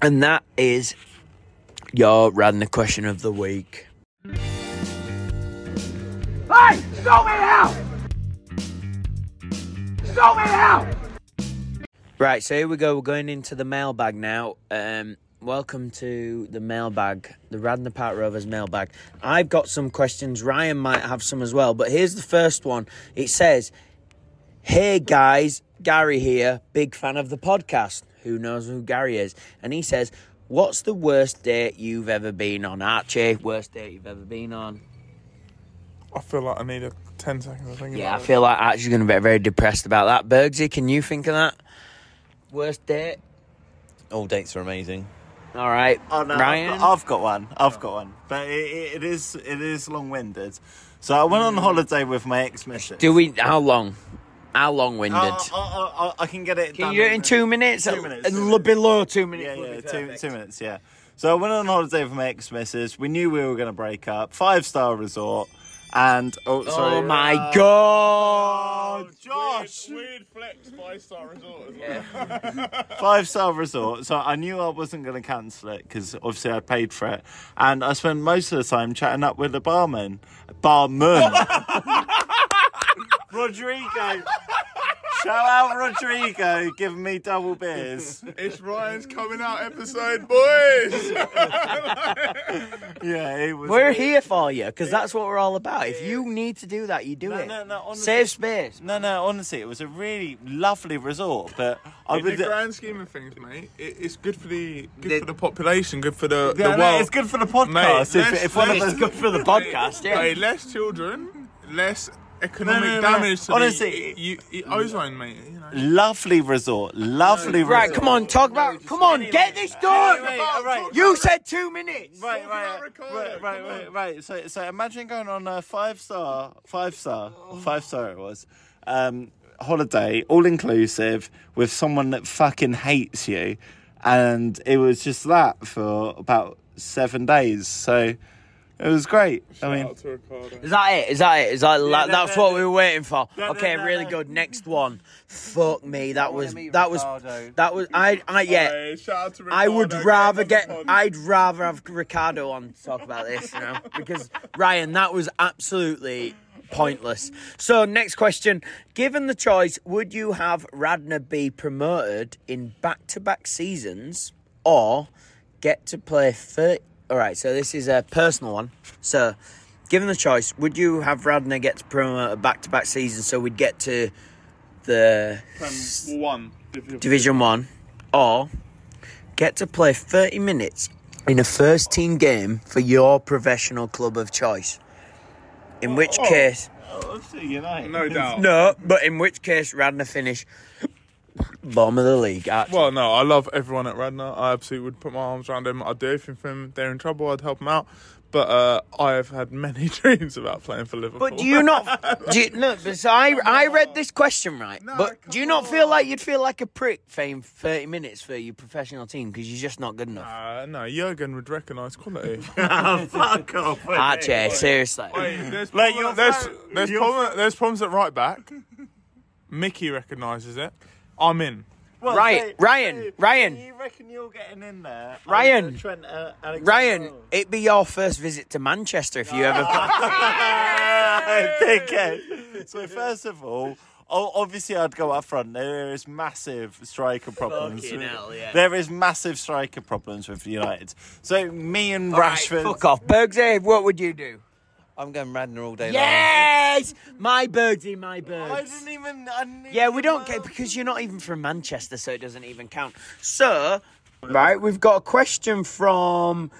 B: And that is your Radner question of the week.
M: Hey! Show me out! Show me out!
B: Right, so here we go. We're going into the mailbag now. Um, welcome to the mailbag, the Radnor Park Rovers mailbag. I've got some questions. Ryan might have some as well, but here's the first one. It says, Hey guys, Gary here, big fan of the podcast. Who knows who Gary is? And he says, What's the worst date you've ever been on? Archie, worst date you've ever been on?
E: I feel like I need a ten seconds. I think.
B: Yeah, I feel like Archie's going to be very depressed about that. Bergsy, can you think of that? Worst date?
F: All dates are amazing.
B: All right.
A: Oh no, I've
B: Ryan?
A: got- I've, got, one. I've got one, but it, it, it is it is long winded. So I went on holiday with my ex missus.
B: Do we? How long? How long winded?
A: I, oh, I, I, I can get it.
B: Can
A: done
B: you do it in two minutes?
A: Two minutes.
B: L- below two
A: Yeah,
B: minutes. would
A: yeah,
B: be
A: two,
B: perfect.
A: two minutes. Yeah. So I went on holiday with my ex missus. We knew we were going to break up. Five star resort, and oh, sorry.
B: Oh my
A: Oh,
B: god!
E: Josh. Weird, weird flex five star resort as well.
A: five star resort. So I knew I wasn't going to cancel it because obviously I paid for it. And I spent most of the time chatting up with the barman. Barman. Rodrigo. Shout out Rodrigo giving me double beers.
E: It's Ryan's coming out episode, boys.
A: Yeah, it was.
B: We're here for you because that's what we're all about. If you need to do that, you do
A: No,
B: it.
A: no, no, honestly.
B: Save space.
A: No, no, honestly, it was a really lovely resort, but I
E: In the
A: would.
E: grand scheme of things, mate, it, it's good for the good for the population, good for the,
A: Yeah,
E: the
A: no,
E: world.
A: it's good for the podcast.
E: Mate,
A: if,
E: let's-
A: if one of
E: let's-
A: us good for the podcast, yeah.
E: Hey, less children, less economic
A: No, no, no, no.
E: damage to
A: Honestly,
E: the, you, you, ozone, mate. You know.
A: Lovely resort, lovely resort.
B: Right, come on, talk about. Come on, get this done.
A: Anyway, all right.
B: You said two minutes.
A: Right, right,
E: Ricardo,
A: right, right,
E: come
A: right,
E: on.
A: right. So, so imagine going on a five star, five star, five star it was, um, holiday, all inclusive, with someone that fucking hates you, and it was just that for about seven days. So, it was great. I mean,
E: Out to Ricardo.
B: Is that it? Is that it? Is that la-
A: no,
B: that's
A: no,
B: what
A: no.
B: we were waiting for?
A: No,
B: okay,
A: no, no,
B: really
A: no.
B: good. Next one. Fuck me. That was
F: meet
B: that was
F: Ricardo.
B: that was I I yeah.
E: Hey, shout out to
B: I
E: Ricardo,
B: would
E: get
B: rather
E: on the
B: get.
E: pod.
B: I'd rather have Ricardo on to talk about this, you know, because Ryan, that was absolutely pointless. So, next question: Given the choice, would you have Radner be promoted in back-to-back seasons, or get to play thirty? All right, so this is a personal one. So, given the choice, would you have Radner get to promoted back-to-back seasons so we'd get to the
E: Prem one.
B: Division One, or get to play 30 minutes in a first team game for your professional club of choice. In which case,
E: No doubt.
B: no, but in which case, Radnor finish bottom of the league. At,
E: Well, no, I love everyone at Radnor. I absolutely would put my arms around them. I'd do everything for them. If They're in trouble. I'd help them out. But uh, I have had many dreams about playing for Liverpool.
B: but do you not? Do you, no, but so I I read this question right. but do you not feel like you'd feel like a prick fame 30 minutes for your professional team because you're just not good enough?
E: Uh, no, Jurgen would recognise quality.
A: fuck off. with
B: Archie,
A: it.
B: seriously.
E: Wait, there's,
A: Like,
E: problem-
A: you're
E: there's,
A: fine.
E: there's,
A: You're
E: problem- there's problems at right back. Mickey recognises it. I'm in.
A: Well,
B: Right,
A: Dave,
B: Ryan,
A: Dave,
B: Ryan.
A: Do you reckon you're getting in there? over
B: Ryan.
A: Trent, uh, Alexander-Arnold?
B: Ryan, it'd be your first visit to Manchester if you ever.
A: Dickhead. So first of all, oh, obviously I'd go up front. There is massive striker problems.
B: Fucking hell, yeah.
A: There is massive striker problems with United. So me and Rashford.
B: Fuck off, Bergsy. What would you do?
F: I'm going Radnor all day
B: Yes, my Bergsy, my
A: I
B: Bergs.
A: didn't even. I didn't
B: Yeah,
A: even
B: we don't
A: know.
B: get because you're not even from Manchester, so it doesn't even count. So, right, we've got a question from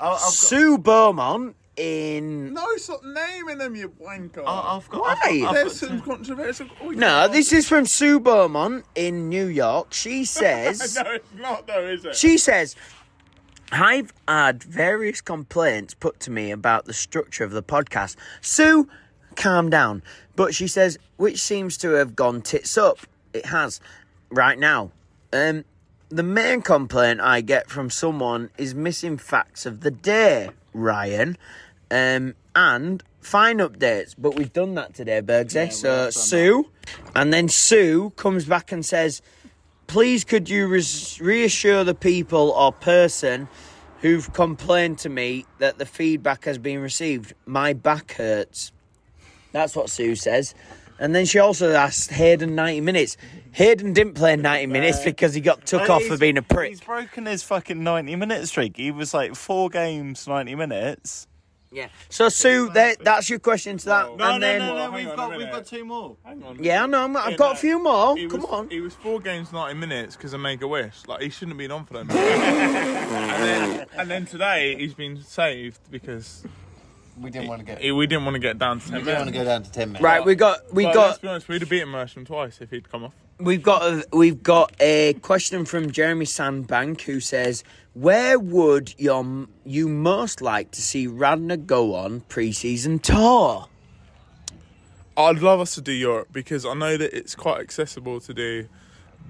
A: Oh, I've got-
B: Sue Beaumont in.
E: No, stop naming them, you wanker.
A: oh, I've got. I've got-
B: Why?
E: there's some controversial. Oh,
B: No,
E: God.
B: this is from Sue Beaumont in New York. She says.
E: No, it's not though, is it?
B: She says, I've had various complaints put to me about the structure of the podcast. Sue, calm down. But she says, which seems to have gone tits up. It has. Right now, Um, the main complaint I get from someone is missing facts of the day, Ryan, um, and fine updates. But we've done that today, Bergsy. so Sue, and then Sue comes back and says, "Please, could you res- reassure the people or person who've complained to me that the feedback has been received? My back hurts." That's what Sue says. And then she also asked Hayden 90 minutes. Hayden didn't play 90 minutes because he got took
A: Uh,
B: off for
A: he's-
B: being a prick.
A: He's broken his fucking 90 minute streak. He was like four games, 90 minutes.
B: Yeah. So Sue, that, that's your question to that.
A: No,
B: and
A: no,
B: then,
A: no, no,
E: Oh, Hang
A: we've
E: on a
A: got we've
E: minute.
A: got two more.
E: Hang on.
B: Yeah, I know. I'm, I've
E: Yeah,
B: got
E: no.
B: a few more.
E: He
B: Come
E: was,
B: on.
E: He was four games, 90 minutes because I make a wish. Like, he shouldn't have been on for them. and, then, and then today, he's been saved because.
F: We didn't want to get.
E: He, we didn't want to get down to 10
F: We didn't
E: minutes.
F: want to go down to ten minutes.
B: Right, we got we
E: But Let's
B: got
E: be honest, we'd have beaten Mersham twice if he'd come off.
B: we've got a, we've got a question from Jeremy Sandbank who says, "Where would your m- you most like to see Radna go on pre-season tour?"
E: I'd love us to do Europe because I know that it's quite accessible to do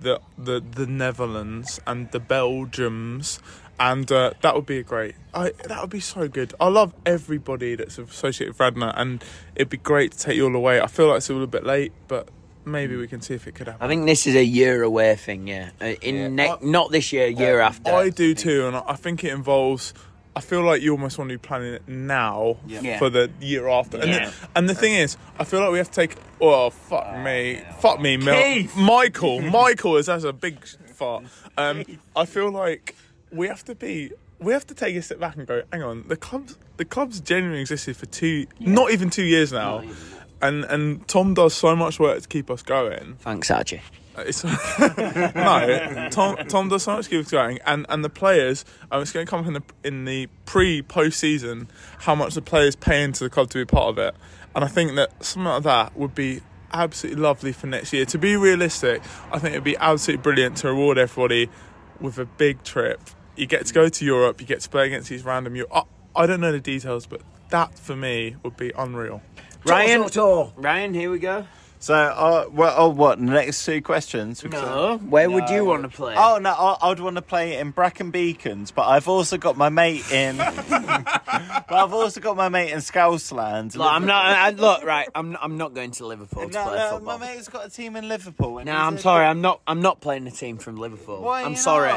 E: the the the Netherlands and the Belgiums, and uh, that would be a great. I that would be so good. I love everybody that's associated with Radna, and it'd be great to take you all away. I feel like it's a little bit late, but maybe we can see if it could happen.
B: I think this is a year away thing. Yeah, Uh, in
A: Oh.
B: ne- not this year, year after.
E: I do too, and I I think it involves. I feel like you almost want to be planning it now
B: Yeah.
E: for the year after. And,
B: Yeah.
E: the, and the thing is, I feel like we have to take. Oh fuck me, fuck me, Mil- Michael. Michael is that's a big fart. Um, I feel like we have to be. We have to take a step back and go. Hang on, the clubs. The club's genuinely existed for two, not even two years now, and and Tom does so much work to keep us going.
B: Thanks, Archie.
E: It's, no, Tom, Tom does so much good going, and, and the players. Um, it's going to come up in the in the pre post season how much the players pay into the club to be part of it, and I think that something like that would be absolutely lovely for next year. To be realistic, I think it'd be absolutely brilliant to reward everybody with a big trip. You get to go to Europe, you get to play against these random. Eu- I, I don't know the details, but that for me would be unreal.
B: Ryan, Ryan, here we go.
A: So, uh, well, oh, what? Next two questions?
B: No, where would you want to play?
A: Oh no, I, I'd want to play in Bracken Beacons, but I've also got my mate in. but I've also got my mate in Scousland.
B: Look, I'm not. I, look, right. I'm. I'm not going to Liverpool to
A: No,
B: play
A: no, my
B: football.
A: mate's got a team in Liverpool. and
B: No,
A: he's
B: I'm
A: a-
B: sorry. I'm not. I'm not playing a team from Liverpool.
A: Why
B: I'm
A: not?
B: sorry.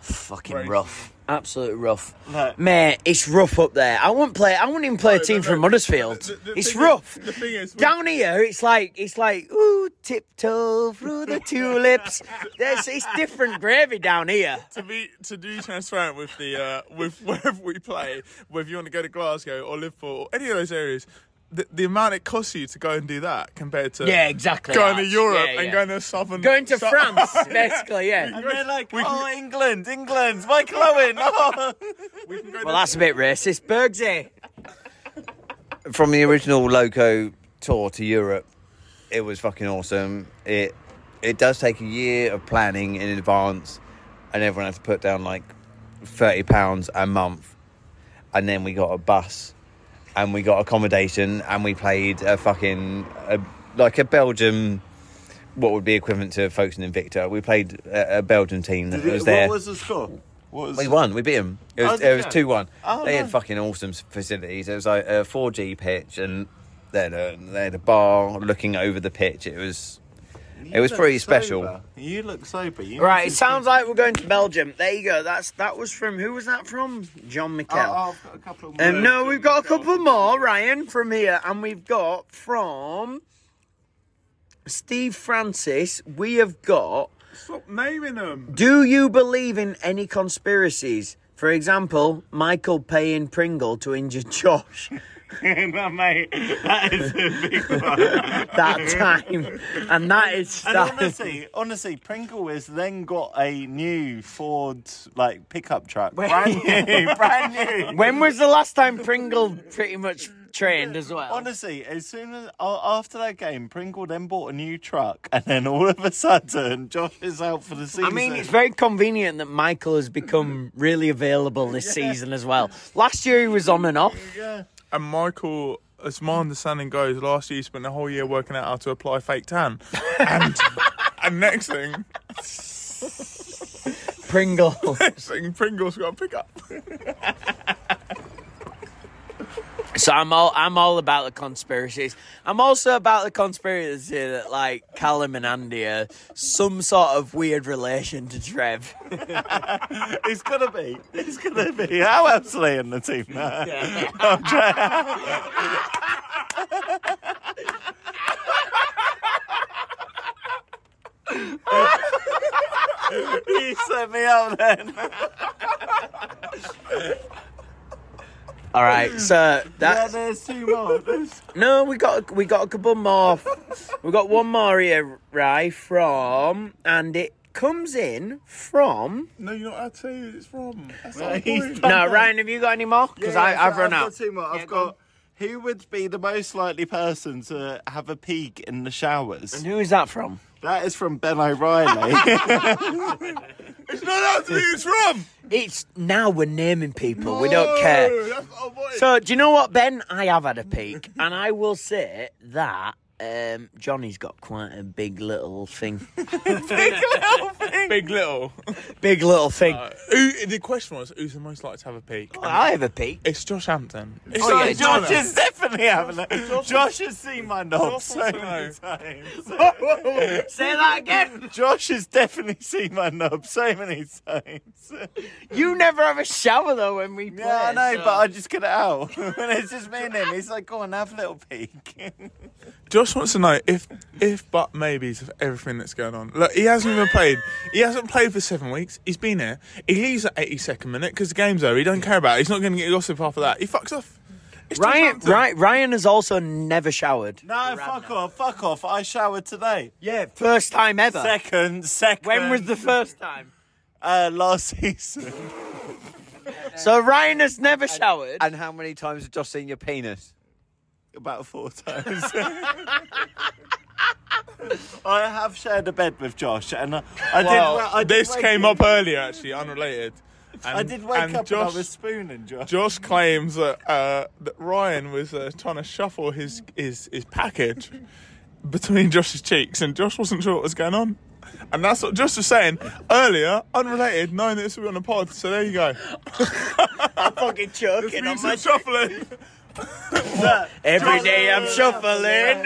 B: Fucking rough. Absolutely rough.
A: No.
B: Mate, it's rough up there. I won't play. I won't even play a team from Huddersfield. it's rough.
E: the thing is,
B: Down here, it's like it's like ooh, tiptoe through the tulips. There's it's different gravy down here.
E: to be to do transparent with the uh, with wherever we play, whether you want to go to Glasgow or Liverpool or any of those areas, the, the amount it costs you to go and do that compared to
B: Yeah, exactly.
E: going to
B: That's-
E: Europe
B: yeah, yeah.
E: and going to southern
B: Going to
E: sou-
B: France, basically, yeah.
A: And they're like,
E: We
A: oh,
E: can-
A: England, England, Michael Owen. Oh.
E: we can go
B: Well,
E: to-
B: that's a bit racist, Bergsy.
F: from the original Loco tour to Europe, it was fucking awesome. It it does take a year of planning in advance, and everyone had to put down like thirty pounds a month, and then we got a bus, and we got accommodation, and we played a fucking a, like a Belgium. What would be equivalent to Folkestone Invicta? We played a, a Belgian team that
A: Did it-
F: was there.
A: What was the score? What was
F: We won. We beat them. It
A: Oh,
F: was,
A: did
F: it was
A: you?
F: two one.
A: Oh,
F: they had
A: nice.
F: fucking awesome s- facilities. It was like a four G pitch, and they had, a, they had a bar looking over the pitch. It was it was
A: look
F: pretty
A: sober.
F: special.
A: You look sober. You
B: Right, it sounds like we're going to Belgium. There you go. That's that was from who was that from? John
E: Oh,
B: Mikel.
A: I've got a couple of
B: Um, no, we've got a couple more, Ryan, from here, and we've got from Steve Francis. We have got.
E: Stop naming them.
B: Do you believe in any conspiracies? For example, Michael paying Pringle to injure Josh
A: no, mate, that is a big one.
B: that time, and that is
A: And
B: that.
A: honestly, honestly, Pringle has then got a new Ford like pickup truck,
B: Wait.
A: brand new, brand new.
B: When was the last time Pringle pretty much trained as well?
A: Honestly, as soon as a- after that game, Pringle then bought a new truck, and then all of a sudden, Josh is out for the season.
B: I mean, it's very convenient that Michael has become really available this season as well. Last year he was on and off.
E: And Michael, as my understanding goes, last year he spent the whole year working out how to apply fake tan, and and next thing,
B: Pringle.
E: Saying Pringle's got a pickup.
B: So I'm all I'm all about the conspiracies. I'm also about the conspiracy that like Callum and Andy are some sort of weird relation to Trev.
A: it's gonna be. It's gonna be. How else are they in the team? I'm trying-
I: you set me up then.
B: All right, so
I: yeah,
B: that's
I: there's two more. There's...
B: no. We got we got a couple more. We got one more here, right? From and it comes in from.
E: No, you're not allowed to say who it's from. That's
A: Well,
E: not the
A: he's
E: point.
A: done
B: No,
A: that.
B: Ryan, have you got any more? Because
A: Yeah,
B: I've
A: so
B: run
A: I've
B: out.
A: Got two more. I've got who would be the most likely person to have a peek in the showers? And
B: who is that from?
A: That is from Ben O'Reilly.
E: it's not out to who it's from.
B: It's now we're naming people. we don't care. So do you know what, Ben? I have had a peek, and I will say that um, Johnny's got quite a big little thing.
E: Big little thing. Big little.
B: big little thing.
E: Who, the question was, who's the most likely to have a peek?
B: I have a peek.
E: It's Josh Hampton. It's
A: Oh,
E: not-
A: yeah,
E: it's
A: Josh
E: not-
A: is definitely having
E: Josh-
A: it.
E: Josh-
A: Josh has seen my knob
E: Josh
A: so
E: wants to
A: many
E: know.
A: times.
B: Say that again.
A: Josh has definitely seen my knob so many times.
B: You never have a shower though when we play.
A: Yeah, I know,
B: so-
A: but I just get it out. when it's just me and him, he's like, go on, have a little peek.
E: Josh wants to know if, if but maybes of everything that's going on. Look, he hasn't even played. He hasn't played for seven weeks. He's been here. He leaves at 82nd minute because the game's over. He don't care about it. He's not going to get gossip after that. He fucks off.
B: Ryan, Ryan, Ryan has also never showered.
A: No, fuck off, fuck off. I showered today.
B: Yeah, first time ever.
A: Second, second.
B: When was the first time?
A: Uh, last season.
B: So Ryan has never showered.
F: And how many times have Josh seen your penis?
A: About four times. I have shared a bed with Josh, and I, I
E: Well,
A: did. wa- I did
E: this
A: wake
E: came
A: up-
E: up earlier, actually, unrelated.
A: I did wake up and I was spooning Josh.
E: Josh claims that uh, that Ryan was uh, trying to shuffle his, his his package between Josh's cheeks, and Josh wasn't sure what was going on. And that's what Josh was saying earlier, unrelated, knowing that this would be on a pod. So there you go.
B: I'm fucking choking
E: Means some shuffling.
B: Every day I'm shuffling.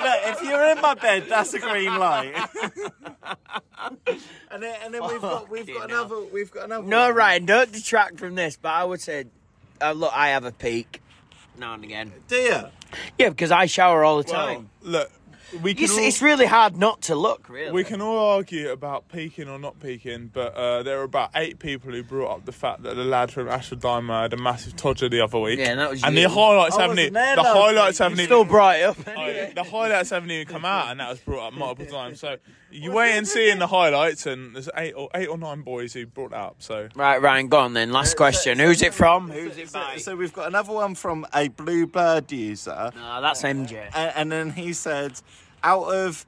A: Look, if you're in my bed, that's a green light. and then, and then we've got we've got another we've got another.
B: No,
A: one.
B: Ryan, don't detract from this, but I would say, uh, look, I have a peak now and again.
A: Do you?
B: Yeah, because I shower all the
E: Well,
B: time.
E: Look, we can.
B: It's,
E: all-
B: it's really hard not to look, really.
E: We can all argue about peaking or not peaking, but uh, there were about eight people who brought up the fact that the lad from Ashford Dimer had a massive todger the other week.
B: Yeah, and that was
E: And
B: you.
E: the highlights
A: I
E: haven't
A: wasn't
E: even
A: there
E: the
A: last
E: highlights
A: week.
E: haven't
B: Still
E: even
B: brought it up.
E: Oh, the highlights haven't even come out, and that was brought up multiple times. So you wait and see in the highlights, and there's eight or eight or nine boys who brought that up. So
B: Right, Ryan, go on then. Last question. Who's it from? Who's
A: Uh,
B: it
A: So,
B: by?
A: so we've got another one from a Bluebird user,
B: No, Ah, that's MJ.
A: and, and then he said, out of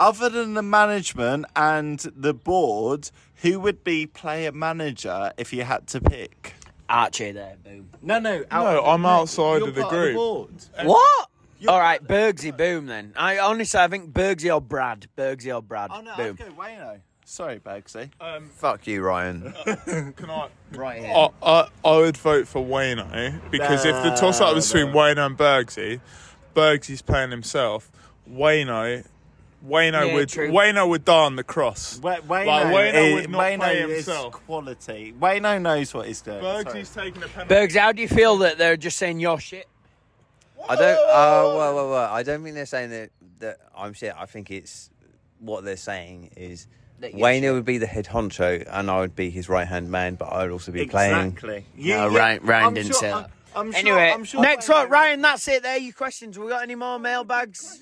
A: other than the management and the board, who would be player manager if you had to pick?
B: Archie there, boom.
A: No, no,
E: no, I'm outside
A: you're
E: of the
A: part
E: group.
A: board.
B: What? All right, Bergsy, boom then. I honestly, I think Bergsy or Brad. Bergsy or Brad,
A: Oh no,
B: boom.
A: I'd go Wayno. Sorry, Bergsy.
F: Fuck you, Ryan.
E: Can I?
B: Right here.
E: I, I, I would vote for Wayno because if the toss up was between Wayno and Bergsy, Bergsy's playing himself. Wayno, Wayno
B: Yeah,
E: would
B: true.
E: Wayno would die on the cross.
A: Wa- Wayno,
E: Like, Wayno
A: is-
E: would not
A: Wayno
E: play
A: is
E: himself.
A: quality. Wayno knows what he's doing.
E: Bergsy's taking a penalty.
B: Bergsy, how do you feel that they're just saying your shit?
F: I don't. Oh, whoa, whoa, whoa! I don't think they're saying that. That I'm shit. I think it's what they're saying is
B: That you're
F: Wayne would be the head honcho, and I would be his right hand man, but I'd also be playing.
A: Exactly.
B: No, Ryan- Ryan didn't say
A: I'm-
B: that.
A: I'm sure-
B: Anyway,
A: I'm sure
B: next
A: Wayno-
B: up, Ryan. That's it. There, are your questions. We got any more mailbags?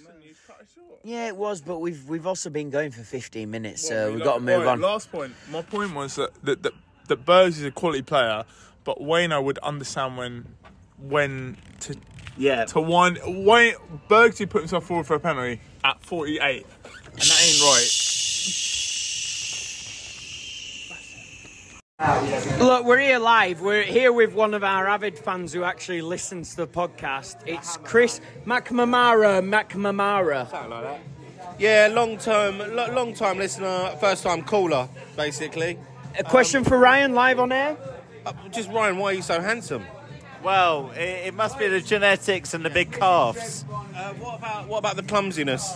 B: Yeah, it was, but we've we've also been going for 15 minutes, so we've uh, got to move
E: Right,
B: on.
E: Last point. My point was that that that, that Bergs is a quality player, but Wayno would understand when when to
A: Yeah.
E: to wind. Wayne Bergsy put himself forward for a penalty at 48, and that ain't right.
B: Look, we're here live. We're here with one of our avid fans who actually listens to the podcast. It's Chris McNamara. McNamara.
N: Yeah, long term, lo- long time listener, first time caller, basically. Uh,
B: A question for Ryan live on air.
N: Just Ryan, why are you so handsome?
A: Well, it, it must be the genetics and the big calves.
N: Uh, what about what about the clumsiness?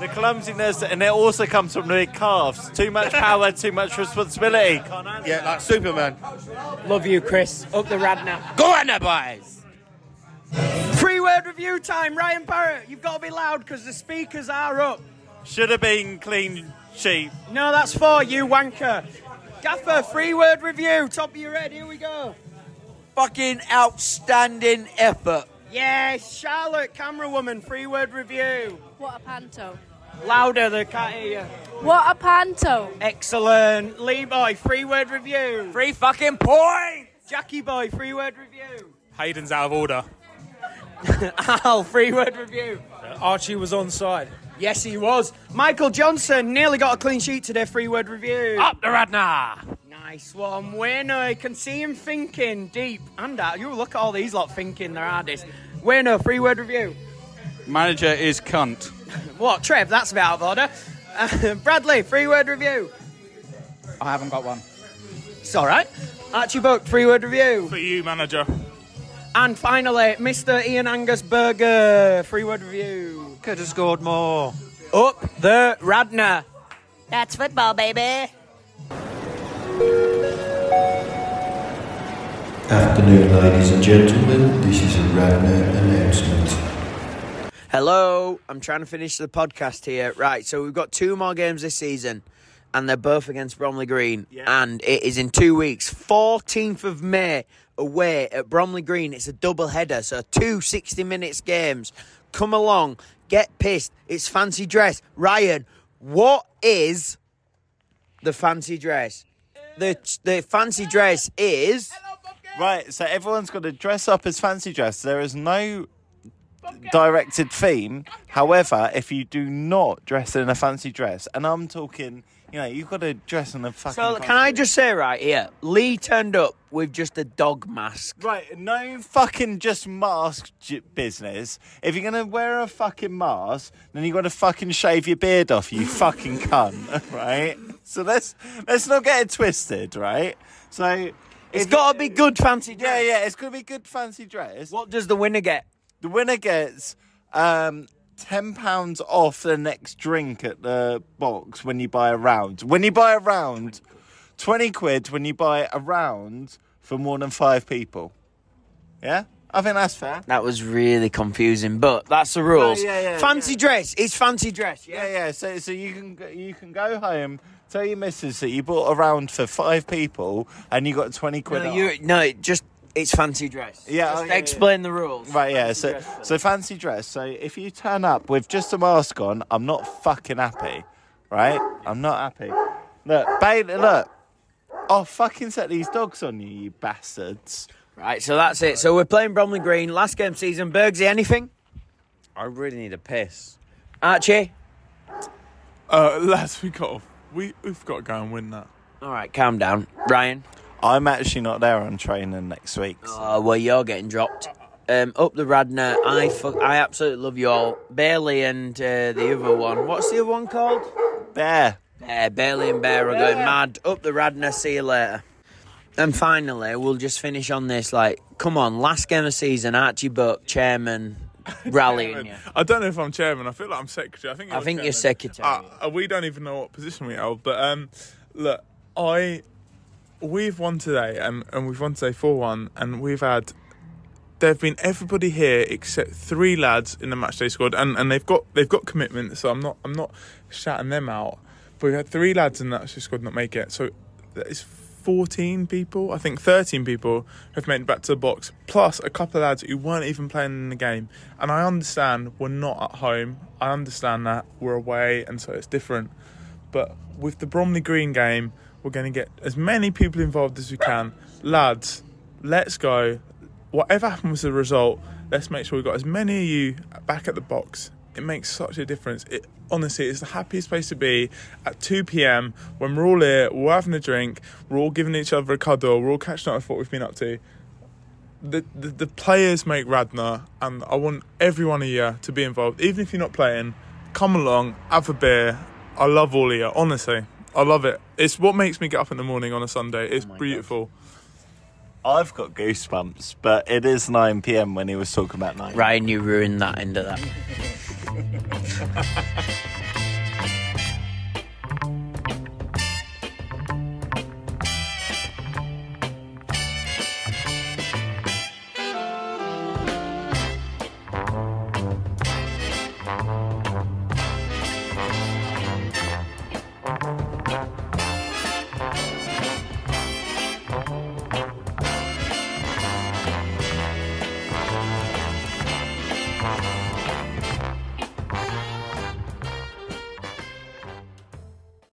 A: The clumsiness, and it also comes from the big calves. Too much power, too much responsibility.
N: Yeah, like Superman.
B: Love you, Chris. Up the Radna.
N: Go on, boys.
B: Free word review time. Ryan Barrett, you've got to be loud because the speakers are up.
A: Should have been clean sheep.
B: No, that's for you, wanker. Gaffer, free word review. Top of your head. Here we go.
O: Fucking outstanding effort.
B: Yes, Charlotte, camera woman. Free word review.
P: What a panto.
B: Louder, they can't hear you.
P: What a panto.
B: Excellent. Lee Boy, free word review.
O: Free fucking point.
B: Jackie Boy, free word review.
Q: Hayden's out of order.
O: Oh,
B: Al, free word review.
Q: Archie was on side.
B: Yes, he was. Michael Johnson nearly got a clean sheet today. Free word review.
O: Up the Radna.
B: Nice one, winner. I can see him thinking deep and out. You look at all these lot thinking they're hardest. Winner, free word review.
R: Manager is cunt.
B: What, Trev? That's a bit out of order. Uh, Bradley, free word review.
R: I haven't got one.
B: It's all right. Archie Buck, free word review.
E: For you, manager.
B: And finally, Mr. Ian Angus Burger, free word review.
S: Could have scored more.
B: Up the Radna.
K: That's football, baby.
T: Afternoon, ladies and gentlemen. This is a Radna announcement.
B: Hello, I'm trying to finish the podcast here. Right, so we've got two more games this season, and they're both against Bromley Green. And it is in two weeks, 14th of May, away at Bromley Green. It's a double header, so two 60 minutes games. Come along, get pissed. It's fancy dress. Ryan, what is the fancy dress? The, the fancy dress is.
A: Right, so everyone's got to dress up as fancy dress. There is no directed theme. However, if you do not dress in a fancy dress, and I'm talking, you know, you've got to dress in a fucking.
B: So
A: fancy
B: can I just say right here, Lee turned up with just a dog mask.
A: Right, no fucking just mask j- business. If you're gonna wear a fucking mask, then you got to fucking shave your beard off, you fucking cunt, right? So let's let's not get it twisted, right? So
B: it's got to be good fancy dress.
A: Yeah, yeah, it's got to be good fancy dress.
B: What does the winner get?
A: The winner gets um, ten pounds off the next drink at the box when you buy a round. When you buy a round, twenty quid when you buy a round for more than five people. Yeah, I think that's fair.
B: That was really confusing, but that's the rules.
A: Oh, yeah, yeah,
B: fancy dress is fancy dress.
A: Yeah, yeah. So, so you can go- you can go home, tell your missus that you bought a round for five people and you got twenty quid.
B: No,
A: off.
B: you, no, it just it's fancy dress.
A: Yeah,
B: Just
A: oh, yeah, yeah.
B: explain the rules.
A: Right, yeah. So, so fancy dress. So if you turn up with just a mask on, I'm not fucking happy, right? I'm not happy. Look, Bailey, look. I'll fucking set these dogs on you, you bastards.
B: Right, so that's it. So we're playing Bromley Green, last game of season. Bergsy, anything?
F: I really need a piss.
B: Archie?
E: Uh, lads, we got we we've got to go and win that.
B: All right, calm down, Ryan.
A: I'm actually not there. I'm training next week.
B: Oh, well, you're getting dropped. Um, up the Radnor. I fuck, I absolutely love you all. Bailey and uh, the other one. What's the other one called?
A: Bear.
B: Bear. Bailey and Bear are going mad. Up the Radnor. See you later. And finally, we'll just finish on this. Like, come on, last game of season. Archie Buck, chairman, rallying you.
E: I don't know if I'm chairman. I feel like I'm secretary. I think
B: I
E: was
B: think you're
E: chairman.
B: secretary.
E: Uh, uh, we don't even know what position we hold. But um, look, I we've won today, and and we've won today four one, and we've had. There have been everybody here except three lads in the matchday squad, and, and they've got they've got commitment. So I'm not I'm not shouting them out. But we had three lads in the matchday squad not make it. So that is 14 people, I think 13 people have made it back to the box, plus a couple of lads who weren't even playing in the game. And I understand we're not at home. I understand that we're away, and so it's different. But with the Bromley Green game, we're going to get as many people involved as we can. Lads, let's go. Whatever happens with the result, let's make sure we've got as many of you back at the box. It makes such a difference. It honestly it's the happiest place to be at 2 p.m. when we're all here, we're having a drink, we're all giving each other a cuddle, we're all catching up with what we've been up to. The, the, the players make Radna, and I want every one of you to be involved, even if you're not playing. come along, have a beer. I love all ear, honestly. I love it. It's what makes me get up in the morning on a Sunday. It's beautiful.
A: I've got goosebumps, but it is 9 p.m. when he was talking about night.
B: Ryan, you ruined that end of that.
D: Thank you.